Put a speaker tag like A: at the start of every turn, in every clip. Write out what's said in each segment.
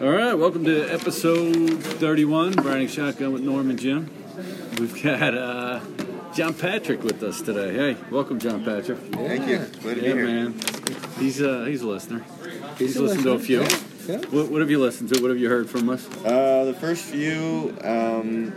A: All right, welcome to episode 31, Burning Shotgun with Norm and Jim. We've got uh, John Patrick with us today. Hey, welcome, John Patrick.
B: Thank you. Glad to be
A: Yeah,
B: here.
A: man. He's, uh, he's a listener. He's listened to a few.
C: Yeah.
A: What, what have you listened to? What have you heard from us?
B: Uh, the first few, um,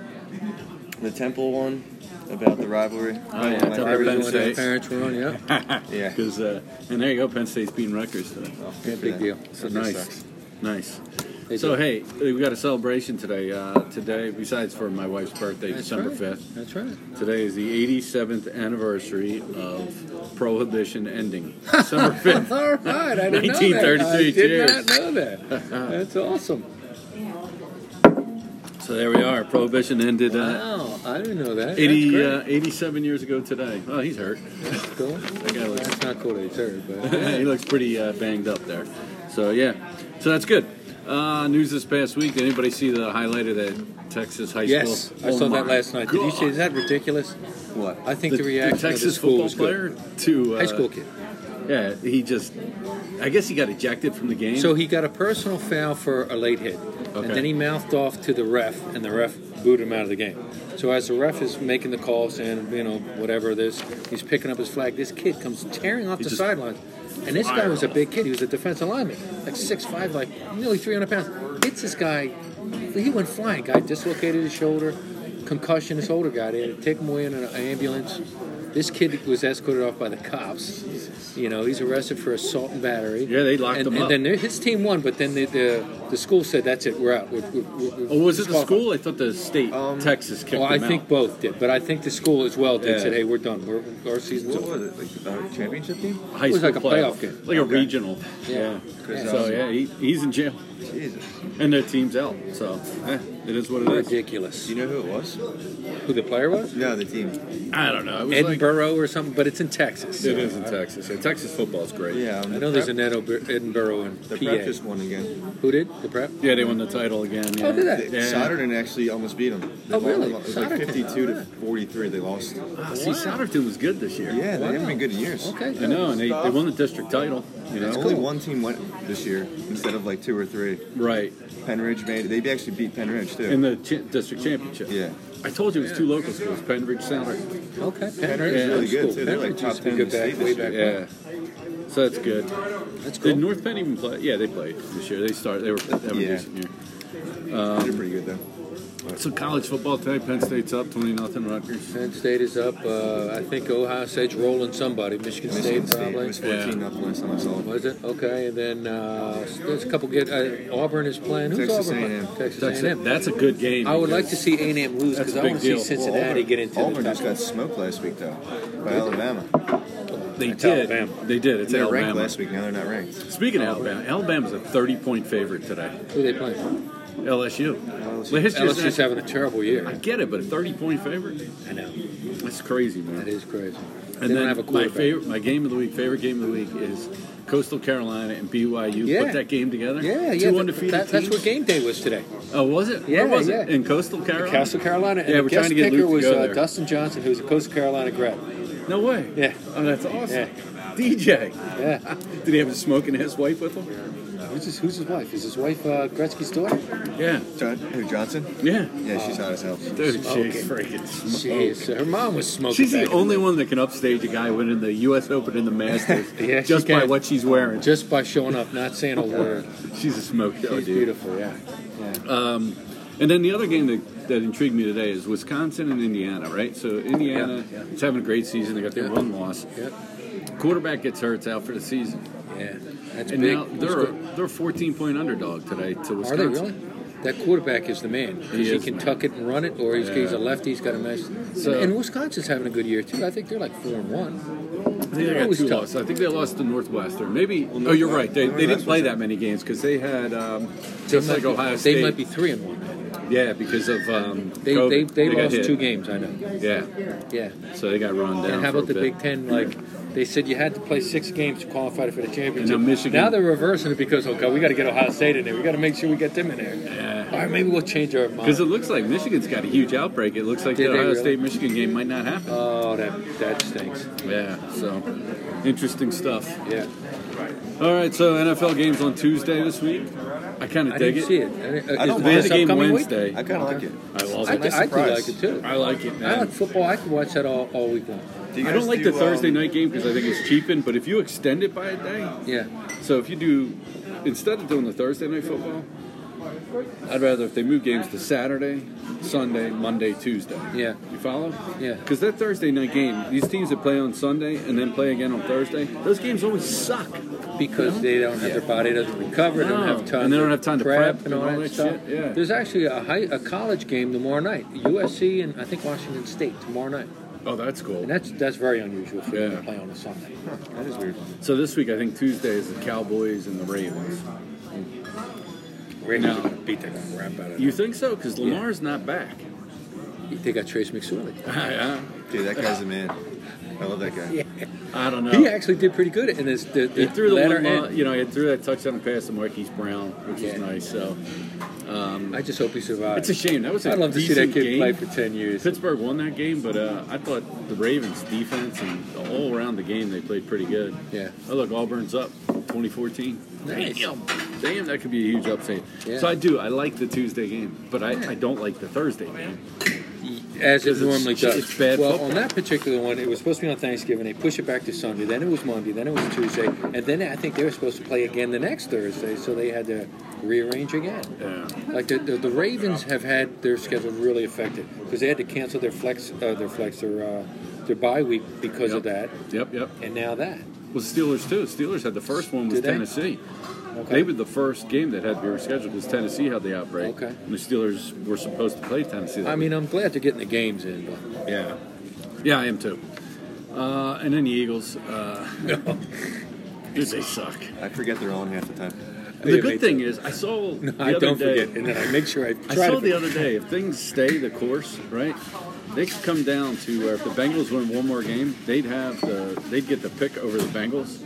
B: the temple one about the rivalry.
A: Oh, yeah,
B: One of my
A: Temple
B: favorite
A: Penn
B: ones.
A: State.
C: Our parents were on, yeah.
B: Yeah.
A: Because uh, and there you go, Penn State's beating Rutgers today.
B: Oh,
C: Yeah, big
B: yeah.
C: deal.
A: So
B: That
A: nice,
B: sucks.
A: nice.
C: They
A: so
C: do.
A: hey, we got a celebration today. Uh, today, besides for my wife's birthday,
C: That's
A: December
C: right.
A: fifth.
C: That's right.
A: Today is the 87th anniversary of Prohibition ending. December 5th.
C: All right, I didn't know that.
A: 1933,
C: I did
A: cheers.
C: not know that. That's awesome.
A: So there we are. Prohibition ended uh,
C: Wow, I didn't know that.
A: 80,
C: That's
A: uh, 87 years ago today. Oh, he's hurt.
C: great. cool.
A: That guy looks,
C: That's not cool that he's hurt, but
A: he looks pretty uh, banged up there. So yeah, so that's good. Uh, news this past week. Did anybody see the highlight of that Texas high
C: yes,
A: school?
C: I
A: Oh
C: saw that
A: my
C: last night. Did you
A: God.
C: see? Is that ridiculous?
B: What?
C: I think
A: The,
C: the, reaction
A: the Texas
C: of the school
A: football
C: was
A: player
C: good.
A: to uh,
C: High school kid.
A: Yeah, he just. I guess he got ejected from the game.
C: So he got a personal foul for a late hit, and
A: Okay.
C: then he mouthed off to the ref, and the ref booed him out of the game. So as the ref is making the calls and you know whatever this, he's picking up his flag. This kid comes tearing off
A: He
C: the
A: just-
C: sideline, and this guy was a big kid. He was a defensive lineman, like six five, like nearly three hundred pounds. Hits this guy, he went flying. Guy dislocated his shoulder, concussion. This older guy, they had to take him away in an ambulance. This kid was escorted off by the cops. You know, he's arrested for assault and battery.
A: Yeah, they locked
C: and,
A: him
C: and
A: up.
C: then their- his team won, but then the, the the school said that's it, we're out. We're, we're, we're,
A: Oh, was it the
C: disqualified."
A: school? I thought the state,
B: Um,
A: Texas kicked
C: Well, I
A: him
C: think
A: out.
C: both did, but I think the school as well did
A: Yeah.
C: said, "Hey, we're done. We're, our season's
B: What
C: over."
B: was it? Like the uh, championship team?
A: High
C: it was
A: school
C: like a
A: player.
C: playoff game.
A: like a
B: Okay.
A: regional. Yeah.
C: Yeah.
B: Yeah.
A: So yeah, he, he's in jail,
B: Jesus.
A: and their team's out. So eh, it is what it is.
C: Ridiculous.
B: Do you know who it was?
C: Who the player was?
B: No, the team.
A: I don't know. It was like,
C: Edinburgh or something, but it's in Texas.
A: it is in Texas. Yeah, Texas football's great.
B: Yeah. um,
C: I
B: the
C: know there's
B: prep-
C: an Edo- Edinburgh in
B: The
C: PA.
B: prep just won again.
C: Who did the prep?
A: Yeah, they won the title again. Yeah.
C: Oh, did they?
A: Yeah.
B: Soderton actually almost beat them. They
C: Oh,
B: lost-
C: really?
B: It was like
C: Soderton.
B: 52 to 43. They lost.
A: Ah, see, Soderton was good this year.
B: Yeah, they haven't
C: Wow.
B: been good in years.
C: Okay.
A: I know, and they, they won the district title. You know,
B: It's only one team went this year instead of like two or three.
A: right
B: Penn Ridge made it. They actually beat Penn Ridge too.
A: in the ch- district championship.
B: yeah.
A: I told you it was two local schools, Penridge Sounders.
C: Okay.
B: Penridge is really good too. They're like top ten in the state
C: way
B: this
C: back.
B: year.
A: Yeah, so that's good.
C: That's
A: Did
C: cool.
A: North Penn even play? Yeah, they played this year. They started. They were having a
B: Yeah.
A: decent year. um,
B: They're pretty good though.
A: So college football today, Penn State's up twenty nothing Rutgers.
C: Penn State is up. Uh, I think Ohio State's rolling somebody. Michigan,
B: Michigan
C: State,
B: State
C: probably.
B: was 14 up last time I saw them.
C: Was it okay? And then uh, there's a couple good. Uh, Auburn is playing. Who's
B: Texas
C: Auburn
B: A&M.
C: playing? Texas
A: That's,
C: A&M.
A: that's a good game.
C: I would like to see A&M lose
A: That's
C: because
A: a
C: I
A: big
C: want to see
A: deal.
C: Cincinnati
B: Auburn,
C: get into
B: Auburn
C: the
B: just
C: top.
B: got smoked last week though by Alabama.
A: They
C: It's
A: did.
C: Alabama.
A: They did. It's
B: They were ranked
A: Alabama.
B: last week. Now they're not ranked.
A: Speaking of Alabama, Alabama's a thirty-point favorite today.
C: Who they playing?
A: LSU.
B: LSU.
A: Well, history's
C: LSU's
A: not-
C: having a terrible year.
A: I get it, but a thirty-point favorite.
C: I know.
A: That's crazy, man.
C: That is crazy. they
A: and then
C: don't have a
A: my
C: quarterback.
A: favorite, my game of the week, favorite game of the week is Coastal Carolina and BYU.
C: Yeah.
A: Put that game together.
C: yeah,
A: Two
C: yeah. that-
A: undefeated
C: that- that's
A: teams.
C: where game day was today.
A: Oh, was it?
C: Yeah,
A: Where was it?
C: yeah.
A: In Coastal Carolina.
C: Coastal Carolina. And
A: Yeah,
C: the
A: we're trying
C: guest
A: to get
C: picker
A: Luke to
C: was
A: go
C: uh,
A: there.
C: Dustin Johnson, who's a Coastal Carolina grad.
A: No way.
C: Yeah.
A: Oh, that's awesome.
C: Yeah.
A: DJ.
C: Yeah.
A: Did he have a smoke and his wife with him?
C: who's, his, who's his wife? Is his wife uh, Gretzky's daughter?
A: Yeah.
B: John, who Johnson?
A: Yeah.
B: Yeah, she's hot as hell.
A: Dude,
C: Smoking.
A: she's freaking
C: She
A: smoking.
C: is. Her mom was smoking.
A: She's
C: back
A: the
C: in
A: only one that can upstage a guy winning the U.S. Open and the Masters
C: Yeah, she
A: just by
C: can.
A: what she's wearing.
C: Just by showing up, not saying a word.
A: She's a smoke show,
C: She's
A: dude.
C: beautiful, yeah.
A: And then the other game that, that intrigued me today is Wisconsin and Indiana, right? So Indiana
C: Yeah,
A: is having a great season. They got their
C: Yeah.
A: one loss.
C: Yeah.
A: Quarterback gets hurt, it's out for the season.
C: Yeah. That's
A: And
C: big.
A: now
C: That's
A: they're a,
C: good.
A: they're a 14 point underdog today to
C: Are
A: Wisconsin.
C: they really? That quarterback is the man. 'Cause
A: He
C: He,
A: is
C: can
A: the
C: tuck it and run it, or he's, he's
A: Yeah.
C: a lefty. He's got a mess.
A: So-
C: and, Wisconsin's having a good year too. I think they're like four and one.
A: I think they
C: They're
A: got
C: always
A: two
C: tough.
A: losses. I think they lost to Northwestern. Maybe. oh, you're right. They, they didn't play that many games because they had um, just
C: they
A: like
C: might be-
A: Ohio
C: They
A: State.
C: might be three and one.
A: Yeah, because of um,
C: They
A: COVID.
C: they, they,
A: got
C: lost
A: hit.
C: two games. I know.
A: Yeah,
C: Yeah.
A: so they got run down.
C: and how
A: for
C: about
A: a
C: the
A: bit.
C: Big Ten? Like they said, you had to play six games to qualify for the championship.
A: now Michigan-
C: Now they're reversing it because okay, we got to get Ohio State in there. We got to make sure we get them in there.
A: Yeah.
C: All right, maybe we'll change our mind.
A: Because it looks like Michigan's got a huge outbreak. It looks like
C: Did
A: the
C: they
A: Ohio
C: really?
A: State Michigan game might not happen.
C: Oh, that that stinks.
A: yeah, so interesting stuff.
C: Yeah.
A: All right, so NFL games on Tuesday this week. I kind
C: I
A: of dig
C: didn't
A: it.
C: see it. I, didn't-
B: I
C: uh, is
B: don't
C: it
B: mind.
A: There's
C: this
A: a game
C: upcoming
A: Wednesday.
B: I kind of like it.
A: I love
C: Week? I,
A: it.
C: do-
B: Nice
C: I do
B: surprise.
C: like it too.
A: I like it,
C: I
A: man.
C: like football. I could watch that all, all week long.
B: Do you
A: I
B: guys
A: don't like
B: do,
A: the Thursday
B: um,
A: night game because I think it's cheapened. But if you extend it by a day,
C: Yeah.
A: so if you do instead of doing the Thursday night football, I'd rather if they move games to Saturday, Sunday, Monday, Tuesday.
C: Yeah.
A: You follow?
C: Yeah.
A: Because that Thursday night game, these teams that play on Sunday and then play again on Thursday, those games always suck.
C: because they don't have their body doesn't recover, they don't
A: No.
C: have time,
A: And they don't have time to prep
C: and all that, stuff.
A: shit, yeah.
C: There's actually a high, a college game tomorrow night, USC and I think Washington State tomorrow night,
A: Oh, that's cool.
C: and that's that's very unusual for them
A: Yeah.
C: to play on a Sunday.
B: That is weird.
A: So this week, I think Tuesday is the Cowboys and the Ravens.
C: Ravens
A: No.
C: are going to beat the crap out of
A: You
C: them.
A: think so? Because Lamar's not back.
C: They got Trace McSorley.
B: Dude, that guy's a man. I love that guy.
C: Yeah.
A: I don't know.
C: He actually did pretty good in this. The,
A: He
C: the
A: threw the
C: latter
A: one, lo-
C: end.
A: you know, he threw that touchdown pass to Marquise Brown, which was
C: Yeah.
A: nice. So
C: I just hope he
A: it's
C: survives.
A: a shame. That was a
C: I'd love to see that
A: decent
C: kid
A: game.
C: play for ten years.
A: Pittsburgh won that game, but uh, I thought the Ravens' defense and all around the game they played pretty good.
C: Yeah.
A: Oh look, Auburn's up, 2014.
C: Nice.
A: Damn, damn, that could be a huge upset.
C: Yeah.
A: So I do. I like the Tuesday game, but I, I don't like the Thursday game.
C: As
A: Because
C: it
A: it's-
C: normally does.
A: it's bad
C: well,
A: football.
C: on that particular one, it was supposed to be on Thanksgiving. They pushed it back to Sunday. Then it was Monday. Then it was Tuesday. And then I think they were supposed to play again the next Thursday. So they had to rearrange again.
A: Yeah.
C: Like the, the, the Ravens have had their schedule really affected because they had to cancel their flex, uh, their flex, their uh, their bye week because
A: Yep.
C: of that.
A: Yep. Yep.
C: And now that.
A: Well, Steelers too. Steelers had the first one was
C: Did they?
A: Tennessee.
C: Okay.
A: They were the first game that had to be rescheduled because Tennessee had the outbreak.
C: Okay.
A: And the Steelers were supposed to play Tennessee. that
C: I
A: week.
C: mean, I'm glad they're getting the games in, but
A: yeah, yeah, I am too. Uh, and then the Eagles, uh, dude, they suck.
B: I forget they're on half the time.
A: The
C: Yeah,
A: good
C: me
A: thing
C: too.
A: is, I saw. the
C: I
A: other
C: don't
A: day-
C: forget. And then I make sure I
A: I
C: try
A: saw
C: to.
A: the other day if things stay the course, right? They could come down to where if the Bengals win one more game, they'd have the they'd get the pick over the Bengals,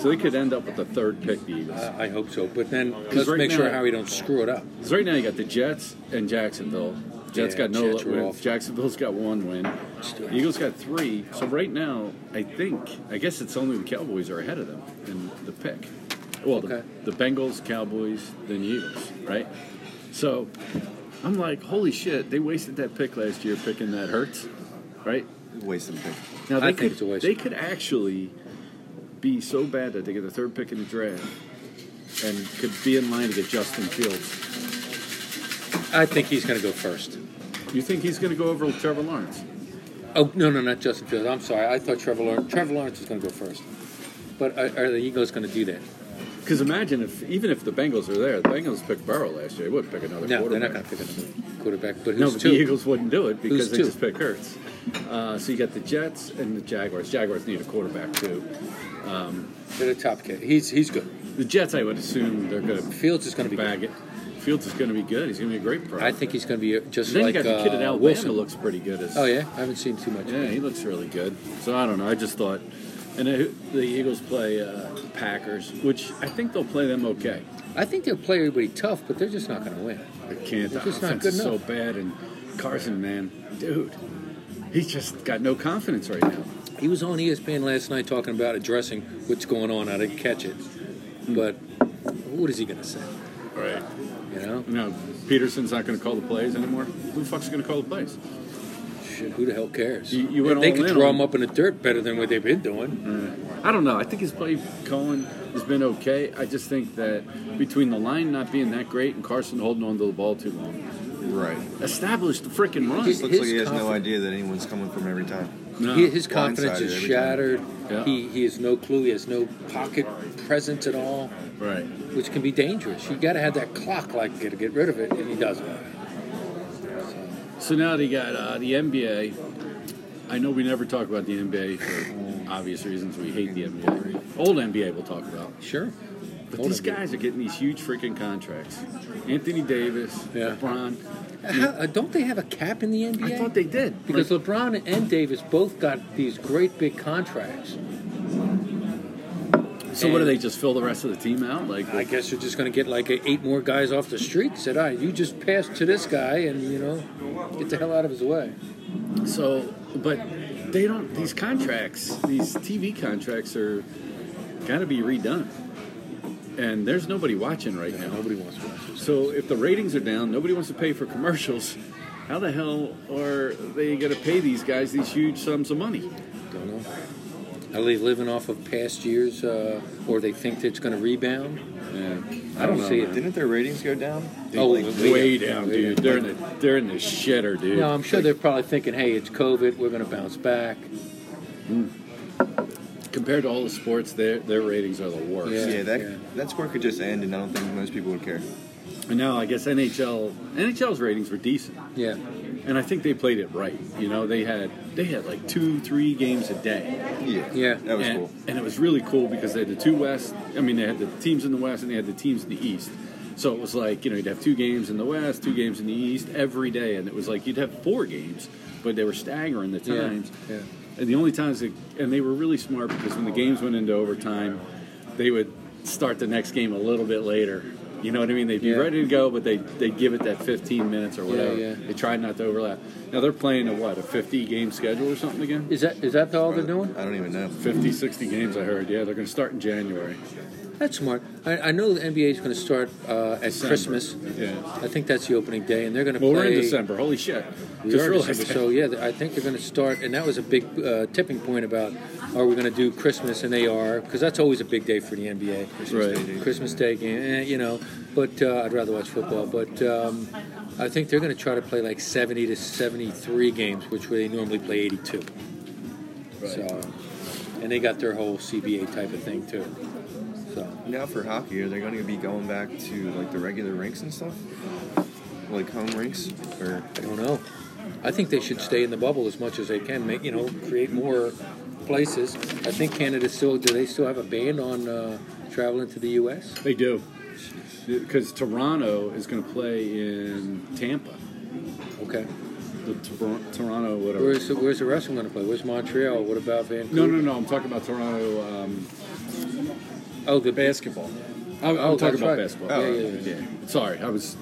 A: so they could end up with the third pick, the Eagles.
C: I I hope so, but then let's
A: Uh, right
C: make sure
A: now-
C: how we don't screw it up.
A: Because right now you got the Jets and Jacksonville. Jets
C: Yeah,
A: got no
C: Jets were
A: wins.
C: awful.
A: Jacksonville's got one win. Eagles got three. So right now, I think I guess it's only the Cowboys are ahead of them in the pick. Well,
C: Okay.
A: the, the Bengals, Cowboys, then Eagles, right? So I'm like, holy shit, they wasted that pick last year picking that Hurts, right?
B: Waste some pick.
A: Now
C: I
A: they
C: think
A: could,
C: it's a waste.
A: They could actually be so bad that they get the third pick in the draft and could be in line to get Justin Fields.
C: I think he's going to go first.
A: You think he's going to go over Trevor Lawrence?
C: Oh no, no, not Justin Fields. I'm sorry. I thought Trevor Lawrence, Trevor Lawrence was going to go first. But are, are the Eagles going to do that?
A: Because imagine if even if the Bengals are there, the Bengals picked Burrow last year. They would pick another
C: No, they're
A: quarterback.
C: not going to pick another quarterback. But
A: no,
C: who's
A: but
C: two?
A: the Eagles wouldn't do it because
C: Who's
A: they
C: two?
A: just pick Hurts. Uh, so you got the Jets and the Jaguars. Jaguars need a quarterback too.
C: They're the top kid. He's he's good.
A: The Jets, I would assume, they're going
C: Fields is going
A: to
C: to be.
A: bag
C: Good.
A: it. Fields is going to be good. He's going to be a great pro.
C: I think he's going to be just
A: Then
C: like
A: you got the
C: uh,
A: kid at Alabama
C: Wilson.
A: looks pretty good. As,
C: Oh yeah, I haven't seen too much.
A: yeah, he looks really good. So I don't know. I just thought, and the the Eagles play uh, Packers, which I think they'll play them okay.
C: I think they'll play everybody tough, but they're just not going to win.
A: I can't. The
C: It's just not
A: offense
C: good
A: is so
C: enough.
A: bad, and Carson, man, dude, he's just got no confidence right now.
C: He was on E ESPN last night talking about addressing what's going on. I didn't catch it,
A: Hmm.
C: but what is he going to say?
A: Right.
C: You know,
A: No, Peterson's not going to call the plays anymore. Who the fuck's going to call the plays?
C: Shit, who the hell cares?
A: You- you went
C: they
A: all
C: could
A: in
C: draw
A: on-
C: them up in the dirt better than what they've been doing.
A: I don't know. I think his play calling has been okay. I just think that between the line not being that great and Carson holding on to the ball too long,
B: Right.
A: establish the freaking
B: Just
A: run.
B: looks
C: His
B: like he has no
C: confidence-
B: idea that anyone's coming from every time.
A: No.
C: He- his confidence
B: Blindsided
C: is
B: every time.
C: shattered.
A: Yeah.
C: He he has no clue. He has no pocket presence at all,
A: right.
C: which can be dangerous. You got to have that clock like to get rid of it, and he doesn't.
A: So now they got uh, the NBA. I know we never talk about the NBA for obvious reasons. We hate the NBA. Old NBA we'll talk about.
C: Sure.
A: But
C: Hold
A: these
C: on.
A: guys are getting these huge freaking contracts. Anthony Davis,
C: Yeah.
A: LeBron.
C: How, uh, don't they have a cap in the NBA?
A: I thought they did.
C: because
A: Like,
C: LeBron and Davis both got these great big contracts.
A: so what do they just fill the rest of the team out? Like
C: I guess you're just going to get like eight more guys off the street. Said I, you just pass to this guy, and you know, get the hell out of his way.
A: so, but they don't. These contracts, these TV contracts, are got to be redone. and there's nobody watching right now.
C: Nobody wants to watch this.
A: So if the ratings are down, nobody wants to pay for commercials. How the hell are they going to pay these guys these huge sums of money?
C: Don't know. Are they living off of past years, uh, or they think it's going to rebound?
A: Yeah,
C: I don't see it.
A: man.
B: Didn't their ratings go down?
C: Oh,
B: Like,
C: we-
A: way down,
C: way
A: dude.
C: down.
A: They're in the they're in the shitter, dude.
C: No, I'm sure they're probably thinking, "Hey, it's COVID. We're going to bounce back."
A: Compared to all the sports, their their ratings are the worst.
C: Yeah.
B: yeah, that
C: Yeah.
B: that score could just end, and I don't think most people would care.
A: And now I guess NHL NHL's ratings were decent,
C: Yeah,
A: and I think they played it right. You know, they had they had like two, three games a day,
B: Yeah,
C: Yeah.
B: that was
A: and,
B: cool.
A: and it was really cool because they had the two West. I mean, they had the teams in the West and they had the teams in the East. So it was like you know you'd have two games in the West, two games in the East every day, and it was like you'd have four games, but they were staggering the
C: Yeah.
A: times.
C: Yeah.
A: And the only times, that, and they were really smart because when the games went into overtime, they would start the next game a little bit later. You know what I mean? They'd be
C: Yeah.
A: ready to go, but they they give it that 15 minutes or whatever.
C: yeah.
A: They tried not to overlap. Now they're playing a what a 50 game schedule or something again?
C: is that is that all they're doing?
B: I don't even know.
A: 50, 60 games I heard. Yeah, they're going to start in January.
C: That's smart. I, I know the NBA is going to start uh, at
A: December.
C: Christmas.
A: Yeah.
C: I think that's the opening day, and they're going to
A: Well,
C: play.
A: we're in December. Holy shit!
C: We
A: Just
C: are in
A: realized
C: December,
A: that.
C: so yeah, th- I think they're going to start, and that was a big uh, tipping point about are we going to do Christmas, and they are because that's always a big day for the NBA.
A: Christmas Right. Day, dude.
C: Christmas Day game, eh, you know. But uh, I'd rather watch football. But um, I think they're going to try to play like seventy to seventy-three games, which they normally play eighty-two. So, and they got their whole CBA type of thing too. So.
B: Now for hockey, are they going to be going back to like the regular rinks and stuff, like home rinks, or
C: I don't know. I think they should stay in the bubble as much as they can. Make you know, create more places. I think Canada still do. They still have a ban on uh, traveling to the U.S.
A: They do. Because Toronto is going to play in Tampa.
C: Okay.
A: The Tor- Toronto whatever.
C: Where's the, where's the wrestling going to play? Where's Montreal? What about Vancouver?
A: No, no, no. I'm talking about Toronto um,
C: Oh, the
A: basketball. I'm, I'm
C: Oh,
A: talking
C: that's
A: about
C: right.
A: basketball.
C: Oh,
A: yeah, yeah, yeah. Sorry, I was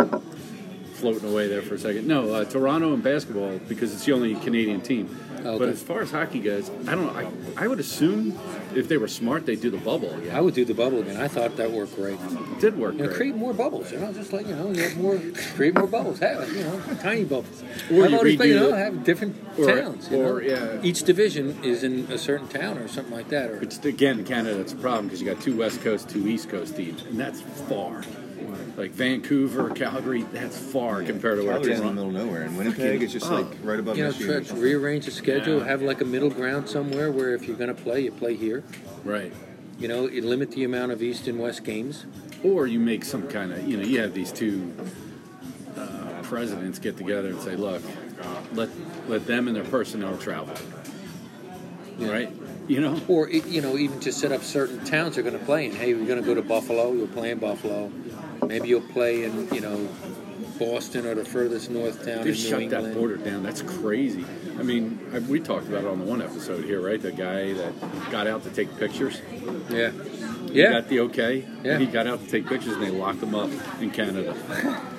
A: floating away there for a second. No, uh, Toronto and basketball because it's the only Canadian team.
C: Oh,
A: But
C: okay.
A: as far as hockey goes, I don't know. I, I would assume if they were smart, they'd do the bubble.
C: I
A: Yeah,
C: would do the bubble again. I thought that worked great.
A: it did work.
C: You know,
A: great.
C: create more bubbles. You know, just like you know, you have more create more bubbles. Have you know, tiny bubbles.
A: Or
C: I've
A: you
C: always been,
A: redo
C: you know,
A: the-
C: have different
A: Or-
C: towns. you
A: or,
C: know?
A: yeah.
C: Each division is in a certain town or something like that. Or
A: But just, again, Canada, it's a problem because you got two West Coast, two East Coast teams, and that's far. Like Vancouver, Calgary, that's far compared to where
B: Calgary's in the
A: Toronto.
B: middle of nowhere, and Winnipeg is just
A: oh.
B: like right above
C: You know,
B: Michigan or
C: try to
B: something.
C: rearrange the schedule.
A: Yeah.
C: Have like a middle ground somewhere where if you're going to play, you play here.
A: Right.
C: You know, you limit the amount of East and West games.
A: or you make some kind of you know you have these two uh, presidents get together and say look let let them and their personnel travel
C: Yeah.
A: right you know
C: Or e- you know, even just set up certain towns you're going to play in. Hey, we're going to go to Buffalo. You'll play in Buffalo. Maybe you'll play in you know Boston or the furthest north town
A: they
C: in New
A: shut
C: England.
A: that border down that's crazy i mean I, we talked about it on the one episode here right the guy that got out to take pictures
C: Yeah,
A: he
C: yeah.
A: got the okay
C: Yeah.
A: and he got out to take pictures and they locked him up in canada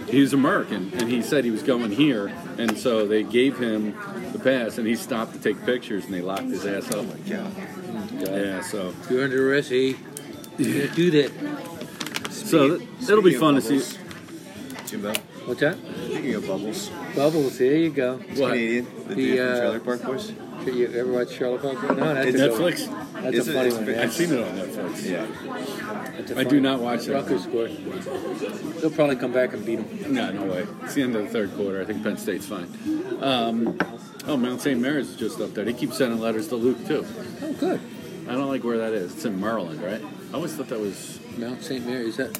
A: he was american and he said he was going here and so they gave him the pass and he stopped to take pictures and they locked his ass up
B: Yeah.
A: yeah so
C: You're under arrest. Hey, you can't do that.
A: So th- it'll be fun to see.
B: Jimbo,
C: What's that?
B: speaking of bubbles,
C: Bubbles. Here you go.
A: What?
B: Canadian, the,
C: The,
B: dude
C: uh,
B: from Trailer Park Boys.
C: You ever watch Charlotte Park? No, that's
B: It's
C: a good one.
A: Netflix.
C: That's
B: It's
C: a
B: a-
C: funny
B: it's
C: one.
B: been-
C: yeah.
A: I've seen it on Netflix.
B: Yeah,
C: That's a
A: I do
C: funny-
A: not watch that.
C: Rutgers scored. They'll probably come back and beat them.
A: No, no way. It's the end of the third quarter. I think Penn State's fine. Um, oh, Mount St. Mary's is just up there. They keep sending letters to Luke too.
C: Oh, good.
A: I don't like where that is. It's in Maryland, right? I always thought that was
C: Mount St. Mary is that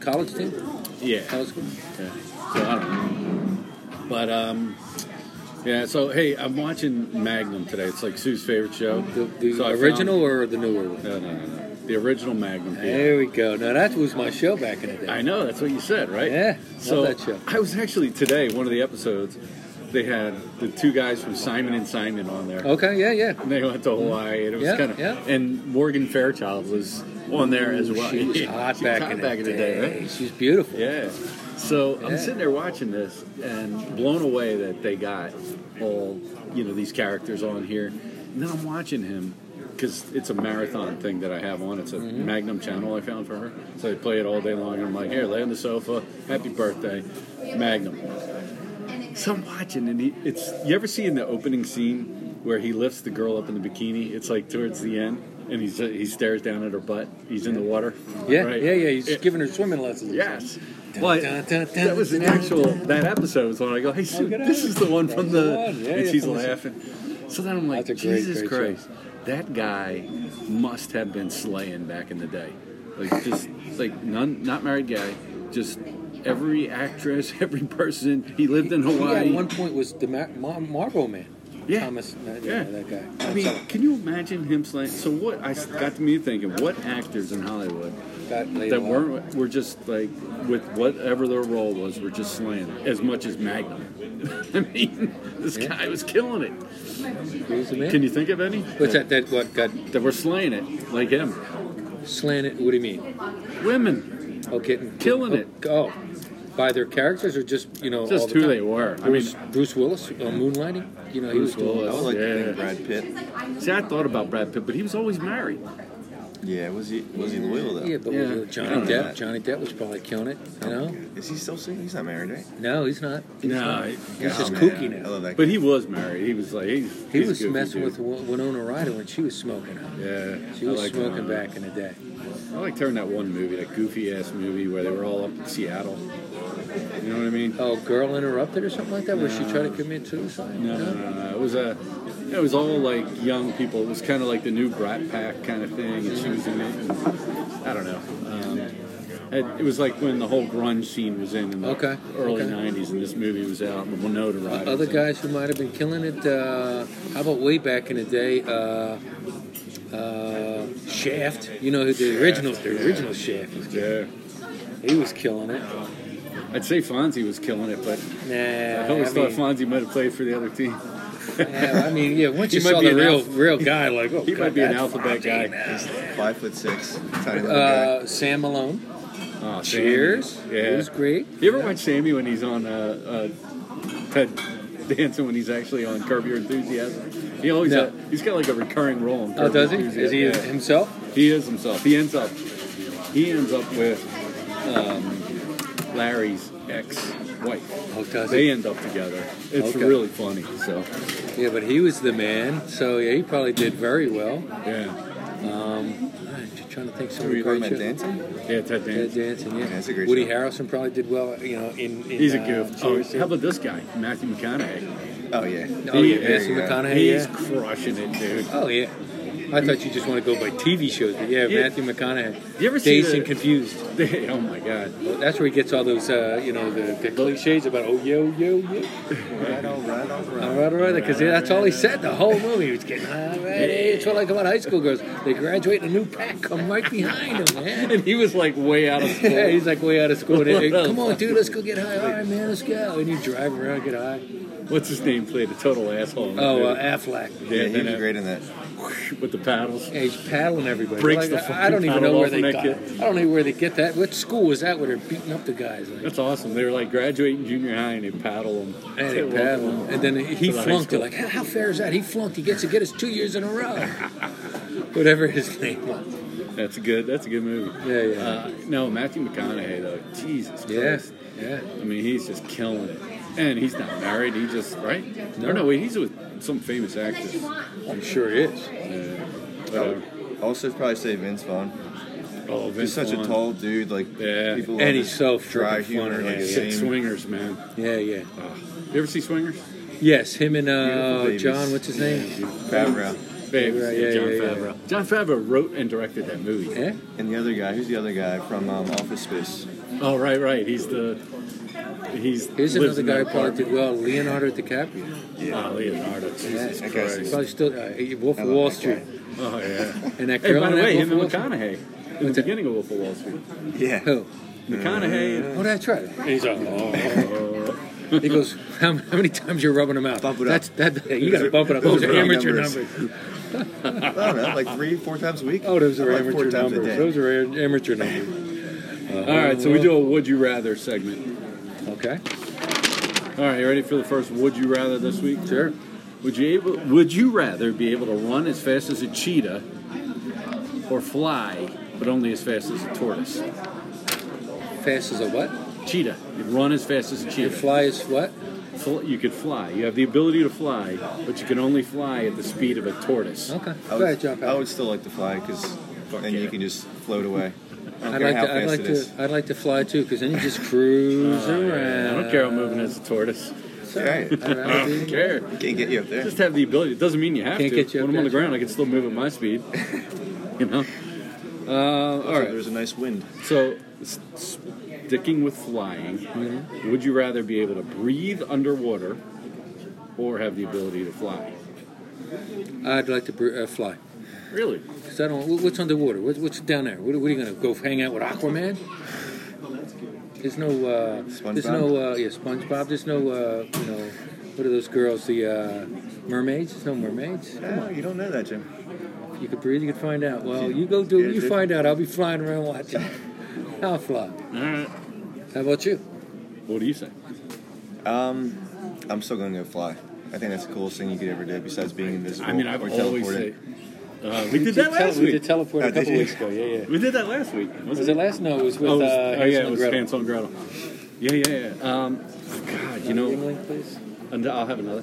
C: college team?
A: yeah.
C: College school?
A: Yeah. So I don't know. But um, yeah. So hey, I'm watching Magnum today. It's like Sue's favorite show.
C: The, the
A: So I found-
C: original or the newer one?
A: no, no, no, no. The original Magnum.
C: There we go. Now that was my show back in the day.
A: I know that's what you said, right?
C: Yeah,
A: So
C: love that show.
A: I was actually today one of the episodes. They had the two guys from Simon and Simon on there.
C: Okay, yeah, yeah.
A: And they went to Hawaii, and it was
C: Yeah,
A: kind of.
C: yeah.
A: And Morgan Fairchild was on there as
C: Ooh,
A: well.
C: She was hot
A: She was
C: back,
A: hot
C: in,
A: back
C: the day.
A: right?
C: She's beautiful.
A: Yeah. So
C: Yeah.
A: I'm sitting there watching this and blown away that they got all you know these characters on here. And then I'm watching him because it's a marathon thing that I have on. It's a
C: Mm-hmm.
A: Magnum channel I found for her, so I play it all day long. And I'm like, here, lay on the sofa, happy birthday, Magnum. So I'm watching, and he, it's you ever see in the opening scene where he lifts the girl up in the bikini? It's like towards the end, and he's he stares down at her butt. He's in the water.
C: Yeah,
A: Right?
C: yeah, yeah. He's
A: It-
C: giving her swimming lessons.
A: Yes.
C: Dun,
A: Well,
C: dun, dun, dun,
A: that was an
C: dun,
A: actual
C: dun,
A: that episode was when I go, hey, Sue,
C: good
A: this is the one from
C: That's
A: the,
C: the one. Yeah,
A: and
C: yeah,
A: she's
C: from the-
A: laughing. So then I'm like,
C: That's a great,
A: Jesus
C: great
A: Christ, that guy must have been slaying back in the day, like just like none, not married guy, just every actress, every person. He lived in
C: He
A: Hawaii.
C: at one point was the Mar- Mar- Marlboro man.
A: Yeah.
C: Thomas. uh,
A: Yeah.
C: yeah. That guy.
A: I mean, can you imagine him slaying? So what? I s- got to me thinking, what actors in Hollywood
C: Got laid
A: that
C: off.
A: weren't were just like with whatever their role was were just slaying it, as much as Magnum. I mean, this
C: Yeah.
A: guy was killing it.
C: He was the man.
A: Can you think of any
C: What's that? That what got
A: that were slaying it like him?
C: slanted? What do you mean?
A: Women,
C: Oh, getting
A: Killing
C: oh,
A: it.
C: Oh, by their characters or just you know all
A: just
C: the
A: who
C: time?
A: they were. I mean,
C: Bruce, Bruce Willis, uh, Moonlighting. You know, he
A: Bruce
C: was doing
A: Willis.
B: I would like to
A: Yeah.
B: think Brad Pitt.
A: see, I thought about Brad Pitt, but he was always married.
B: Yeah, was he was he loyal though?
C: Yeah, but
A: Yeah.
C: was it
B: I
C: Johnny
B: don't know
C: Depp.
B: that.
C: Johnny Depp was probably killing it. You know?
B: Is he still single? He's not married, right? Oh,
C: No, he's not. He's
A: Nah,
C: not.
A: he-
C: he's just
B: man,
C: kooky now.
B: I love
A: But
B: that. But
A: he was married. He was like he,
C: He
A: he's a
C: was
A: goofy
C: messing
A: dude.
C: with Wi- Winona Ryder when she was smoking.
A: Yeah,
C: She
A: I
C: was
A: liked him.
C: smoking back in the day.
A: I liked her in that one movie, that goofy ass movie where they were all up in Seattle. You know what I mean?
C: Oh, girl interrupted or something like that? Where she tried to commit suicide?
A: No, no, no, no. It was a. It was all like young people. It was kind of like the new Brat Pack kind of thing, and she was in it. And, I don't know. Um, it, it was like when the whole grunge scene was in in the
C: Okay,
A: early
C: okay.
A: '90s, and this movie was out. And Winona Ryder.
C: Other guys who might have been killing it. Uh, how about way back in the day? Uh, uh, Shaft. You know who the original, the original Shaft. was-
A: Yeah,
C: He was killing it.
A: I'd say Fonzie was killing it, but
C: Nah,
A: I always
C: I
A: thought
C: mean,
A: Fonzie might have played for the other team.
C: yeah, I mean, yeah. Once
A: He
C: you
A: might
C: saw
A: be
C: the
A: an
C: real,
A: alpha-
C: real guy, like oh,
A: He
C: God,
A: might be an
C: that's
A: alphabet guy.
B: Five foot six, tiny little
C: Uh, Sam Malone.
A: Oh, Sammy.
C: Cheers. It
A: Yeah.
C: was great.
A: You ever watch Sammy when he's on uh, uh, Ted Danson when he's actually on Curb Your Enthusiasm? He always
C: No.
A: uh, he's got like a recurring role. In Curb
C: Oh, does he?
A: Your
C: Is
A: Enthusiasm.
C: he
A: Yeah.
C: himself?
A: He is himself. He ends up. He ends up with um, Larry's ex-wife.
C: Oh, does
A: They end up together. It's
C: Okay.
A: really funny. So
C: Yeah, but he was the man, so yeah, he probably did very well.
A: yeah,
C: I'm just trying to think
B: guy. Were
C: some
B: you talking about
C: great shows.
B: dancing?
A: yeah, Ted
C: Yeah,
A: Danson.
C: dancing, yeah.
B: Yeah, that's a great
C: Woody
B: show.
C: Harrelson probably did well, you know, in. in
A: He's a
C: uh,
A: goof. Oh,
C: Cheers.
A: how about this guy, Matthew McConaughey?
B: Oh yeah.
C: oh, yeah,
A: There
C: Matthew
B: you go.
C: McConaughey,
A: He's
C: yeah.
A: crushing it, dude.
C: Oh, yeah. I thought you just want to go by TV shows, but yeah,
A: Yeah.
C: Matthew McConaughey.
A: You ever see
C: Dazed
A: the-
C: and Confused.
A: oh my god.
C: Well, that's where he gets all those, uh, you know, the, the cliches about, oh, yo, yo, yo.
B: Right on, right on, right
C: All
B: on.
C: right, all right, because that's all he said the whole movie. He was getting, all right, it's what I come out high school girls. They graduate and a new pack come right behind them, man.
A: And he was like way out of school.
C: Yeah, he's like way out of school. Hey, Come on, dude, let's go get high. All right, man, let's go. And you drive around, get high.
A: What's his name? Played a total asshole. in that
C: Oh, uh,
A: movie.
C: Affleck.
B: Yeah,
A: and
B: he was
A: then,
B: great in that.
A: uh, with the paddles.
C: Yeah, he's paddling everybody.
A: Breaks
C: Like,
A: the
C: I I don't
A: fucking
C: even know
A: paddle
C: where
A: off
C: they
A: that
C: got.
A: kid.
C: I don't even where they get that. What school was that where they're beating up the guys? Like,
A: That's awesome. They were like graduating junior high and they paddle him.
C: and they paddle, and then he
A: To the high
C: flunked.
A: school.
C: They're like, how, how fair is that? He flunked. He gets to get us two years in a row. Whatever his name was.
A: That's a good. That's a good movie.
C: Yeah, yeah.
A: Uh, no, Matthew McConaughey though. Jesus
C: Yeah,
A: Christ.
C: yeah.
A: I mean, he's just killing it. And he's not married. He just right. No, no, wait. He's with some famous actress.
C: I'm sure he is.
A: Uh,
B: Oh,
A: whatever.
B: also, probably say Vince Vaughn.
A: oh,
B: He's
A: Vince
B: such a
A: Vaughn.
B: tall dude. Like
A: Yeah.
B: people
C: And
B: love
C: he's
B: his
C: so
B: dry
C: freaking
B: humor.
C: funny.
B: Like
C: Yeah,
A: Sick
B: same.
A: swingers, man.
C: Yeah, yeah.
A: Ugh. You ever see Swingers?
C: Yes, him and
B: Beautiful
C: uh,
B: babies.
C: John. What's his name?
B: Favreau.
A: Babe, yeah,
C: Yeah, yeah,
A: John
C: yeah, yeah.
A: Favreau. John Favreau wrote and directed that movie.
C: Yeah.
B: And the other guy, who's the other guy from um, Office Space?
A: Oh right, right. He's the he's
C: Here's
A: lives
C: another
A: in
C: guy who
A: that
C: probably
A: apartment.
C: did well, Leonardo DiCaprio.
A: Oh, Leonardo. Jesus
C: Yeah.
B: That guy's-
A: Christ.
C: Probably still uh, Wolf
B: I
C: of
B: love
C: Wall
B: that
C: Street.
A: Oh yeah.
C: And that
A: Hey,
C: girl
A: by the way, him
C: in that Wolf of
A: and
C: Wall Street.
A: McConaughey in
C: What's
A: the
C: that?
A: beginning of Wolf of Wall Street.
B: Yeah.
C: Who?
A: McConaughey.
C: Oh, that's right.
A: He's like, oh.
C: He goes, how, how many times you're rubbing them out?
B: Bump it
C: that's,
B: up.
C: That, you got to bump it up.
B: Those
C: Those are
B: are big
C: amateur numbers.
B: numbers. I don't know, like three, four times a week.
C: Oh, those are
B: Like four
C: amateur
B: times a
C: numbers.
B: day.
C: Those are am- amateur numbers.
A: All right, so we do a would you rather segment.
C: Okay.
A: All right, you ready for the first would you rather this week?
C: Sure.
A: Would you able? Would you rather be able to run as fast as a cheetah, or fly, but only as fast as a tortoise?
C: Fast as a what?
A: Cheetah. You run as fast as a
C: You
A: cheetah.
C: fly as what?
A: Fl- You could fly. You have the ability to fly, but you can only fly at the speed of a tortoise.
C: Okay.
B: I
C: Go
B: would,
C: ahead, John.
B: I
C: Powell.
B: would still like to fly because
A: Fuck
B: then you
A: yeah.
B: can just float away. I don't
C: I'd
B: care
C: like
B: how
C: to.
B: fast
C: I'd like
B: it
C: to.
B: is.
C: I'd like to fly too, because then you just cruise
A: Oh,
C: around.
A: yeah. I don't care. I'm moving as a tortoise.
B: Right.
C: I don't know,
A: I don't
C: dude.
A: care.
B: Can't get you up there.
A: Just have the ability. It doesn't mean you have
C: Can't
A: to.
C: get you up
A: when I'm on the
C: there.
A: ground, I can still move at my speed. you know. Uh, all
B: Also,
A: right.
B: There's a nice wind.
A: So, s- sticking with flying,
C: Mm-hmm.
A: would you rather be able to breathe underwater or have the ability to fly?
C: I'd like to br- uh, fly.
A: Really?
C: Because I don't. wh- What's underwater? What, what's down there? What, what are you gonna go hang out with Aquaman? There's no. Uh, there's
B: SpongeBob?
C: no. Uh, yeah, SpongeBob. There's no. Uh, you know, what are those girls? The uh, mermaids. There's no mermaids.
B: Ah, you don't know that, Jim.
C: You could breathe. You could find out. Well, you go do. it. You
B: Yeah,
C: find out. I'll be flying around watching. I'll
A: All
C: fly.
A: right.
C: How about you?
A: What do you say?
B: Um, I'm still going to go fly. I think that's the coolest thing you could ever do besides being invisible
A: I mean, I've
B: or
A: always
B: teleporting.
A: said. Uh, we did that
C: Tele-
A: last
C: we
A: week.
C: did teleport
B: Oh,
C: a
B: did
C: couple
B: you?
C: weeks ago. Yeah, yeah.
A: We did that last week.
C: Was
A: wasn't
C: it last? No, it was with
A: oh, it was,
C: uh,
A: oh yeah,
C: Hansel
A: it
C: and
A: was
C: Gretel.
A: Hansel and Gretel. Yeah, yeah, yeah. Um, God, you know,
C: Yingling, please.
A: And I'll have another.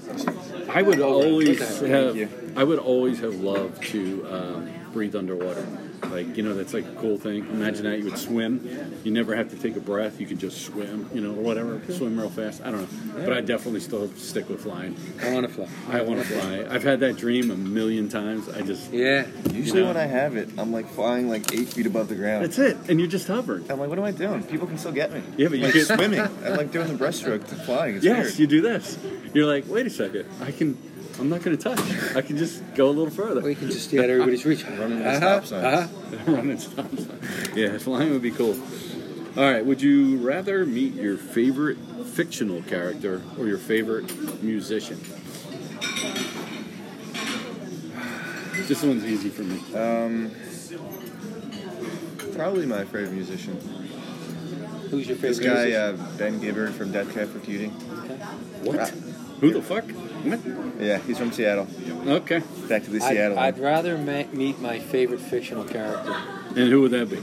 A: I would
C: right.
A: always
C: Okay.
A: have.
B: you.
A: I would always have loved to um, breathe underwater. Like you know, that's like a cool thing. Imagine that you would swim. You never have to take a breath. You could just swim. You know, or whatever. Swim real fast. I don't know. But I definitely still stick with flying.
C: I want to fly.
A: I want to fly. I've had that dream a million times. I just.
C: Yeah.
B: Usually,
A: know?
B: when I have it, I'm like flying like eight feet above the ground.
A: That's it. And you're just hovering.
B: I'm like, what am I doing? People can still get me.
A: Yeah, but you
B: like
A: get-
B: swimming. I'm like doing the breaststroke to flying. It's
A: Yes,
B: weird.
A: you do this. You're like, wait a second. I can. I'm not going to touch. I can just go a little further.
C: We can just stay at everybody's reach. Uh-huh. Running
B: the stop signs.
A: Run and stop sign. Yeah, flying would be cool. All right, would you rather meet your favorite fictional character or your favorite musician? This one's easy for me.
B: Probably my favorite musician.
C: Who's your favorite?
B: This guy,
C: musician?
B: uh, Ben Gibbard from Death Cab for Cutie.
A: What? Who the fuck? What?
B: Yeah, he's from Seattle.
A: Okay.
B: Back to the
C: I'd,
B: Seattle.
C: I'd rather ma- meet my favorite fictional character.
A: And who would that be?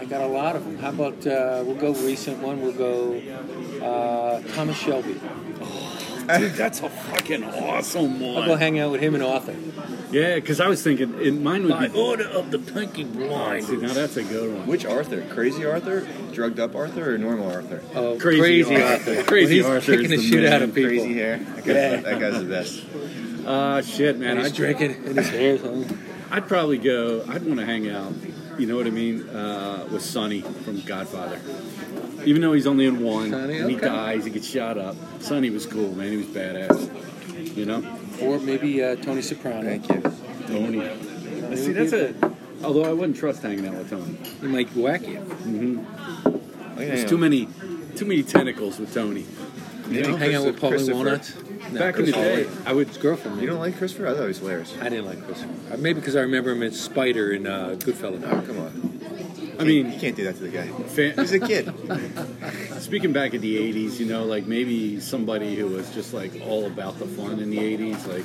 C: I got a lot of them. How about uh, we'll go recent one? We'll go uh, Thomas Shelby.
A: Dude, that's a fucking awesome
C: I'll go
A: one.
C: hang out with him and Arthur.
A: Yeah, because I was thinking, it, mine would be.
D: order of the Pinky Blind.
A: See, now that's a good one.
B: Which Arthur? Crazy Arthur? Drugged up Arthur or normal Arthur?
C: Oh,
A: Crazy Arthur. Crazy
C: When he's
A: Arthur is
C: kicking the,
A: the
C: shit out
A: man.
C: of people.
B: Crazy hair. That guy's,
C: Yeah.
B: that guy's the best.
A: Ah, shit, man.
C: And he's
A: I-
C: drinking, and his hair's on.
A: I'd probably go. I'd want to hang out. You know what I mean? Uh, with Sonny from Godfather. Even though he's only in one,
C: Sonny,
A: and he
C: okay.
A: dies, he gets shot up. Sonny was cool, man. He was badass. You know,
C: Or maybe uh, Tony Soprano.
B: Thank you. Oh,
A: Tony. See,
C: would
A: that's
C: be
A: a. Although I wouldn't trust hanging out with Tony.
C: He might whack you.
A: There's too many, too many tentacles with Tony.
B: You
C: Maybe
B: know,
C: hang out with Paulie
B: Christopher-
C: Walnuts. No,
A: Back in the
C: Christopher
A: day,
C: Walken.
A: I would.
C: His girlfriend.
B: You don't like Christopher? I thought he was hilarious.
C: I didn't like Christopher. Uh, Maybe because I remember him as Spider in uh, Goodfellas.
B: Oh, come on.
A: I
B: you
A: mean,
B: can't do that to the guy.
A: fa-
B: He's a kid.
A: Speaking back of the 80s, you know, like maybe somebody who was just like all about the fun in the 80s, like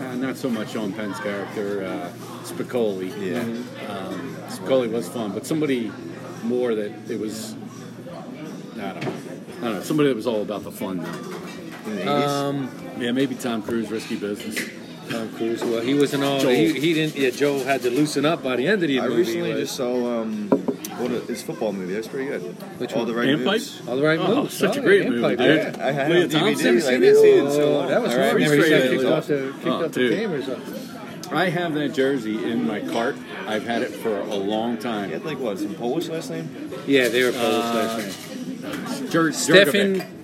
A: uh, not so much Sean Penn's character, uh, Spicoli.
B: Yeah.
A: Um, Spicoli was fun, but somebody more that it was, I don't know. I don't know, somebody that was all about the fun. Though.
B: In the 80s.
C: Um,
A: Yeah, maybe Tom Cruise, Risky Business.
C: Tom Cruise. Well, he wasn't all.
A: Joel.
C: He, he didn't. Yeah, Joel had to loosen up by the end of the
B: I
C: movie.
B: recently
C: like,
B: just saw um, what a, his football movie. That's pretty good.
C: Which
B: All
C: one?
B: the right
A: Ant
B: moves.
C: all the right
A: Oh,
C: moves.
A: such a
C: Oh,
A: great
C: yeah,
A: movie,
C: Impact.
A: dude.
B: Yeah, I had
A: Leah
B: it on DVD.
A: Thompson?
B: Like, I haven't seen it in so
C: Oh,
B: long.
C: that was
B: All right,
C: hard.
A: Remember
C: Remember he
A: he
C: said
A: said
C: kicked
A: it was
C: off the, kicked
A: Oh,
C: off the
A: dude.
C: game or something.
A: I have that jersey in my cart. I've had it for a long
B: He
A: time.
B: had like what? Some Polish last name?
C: Yeah, they were Polish
A: Uh,
C: last night.
A: Jer-
C: Stefan,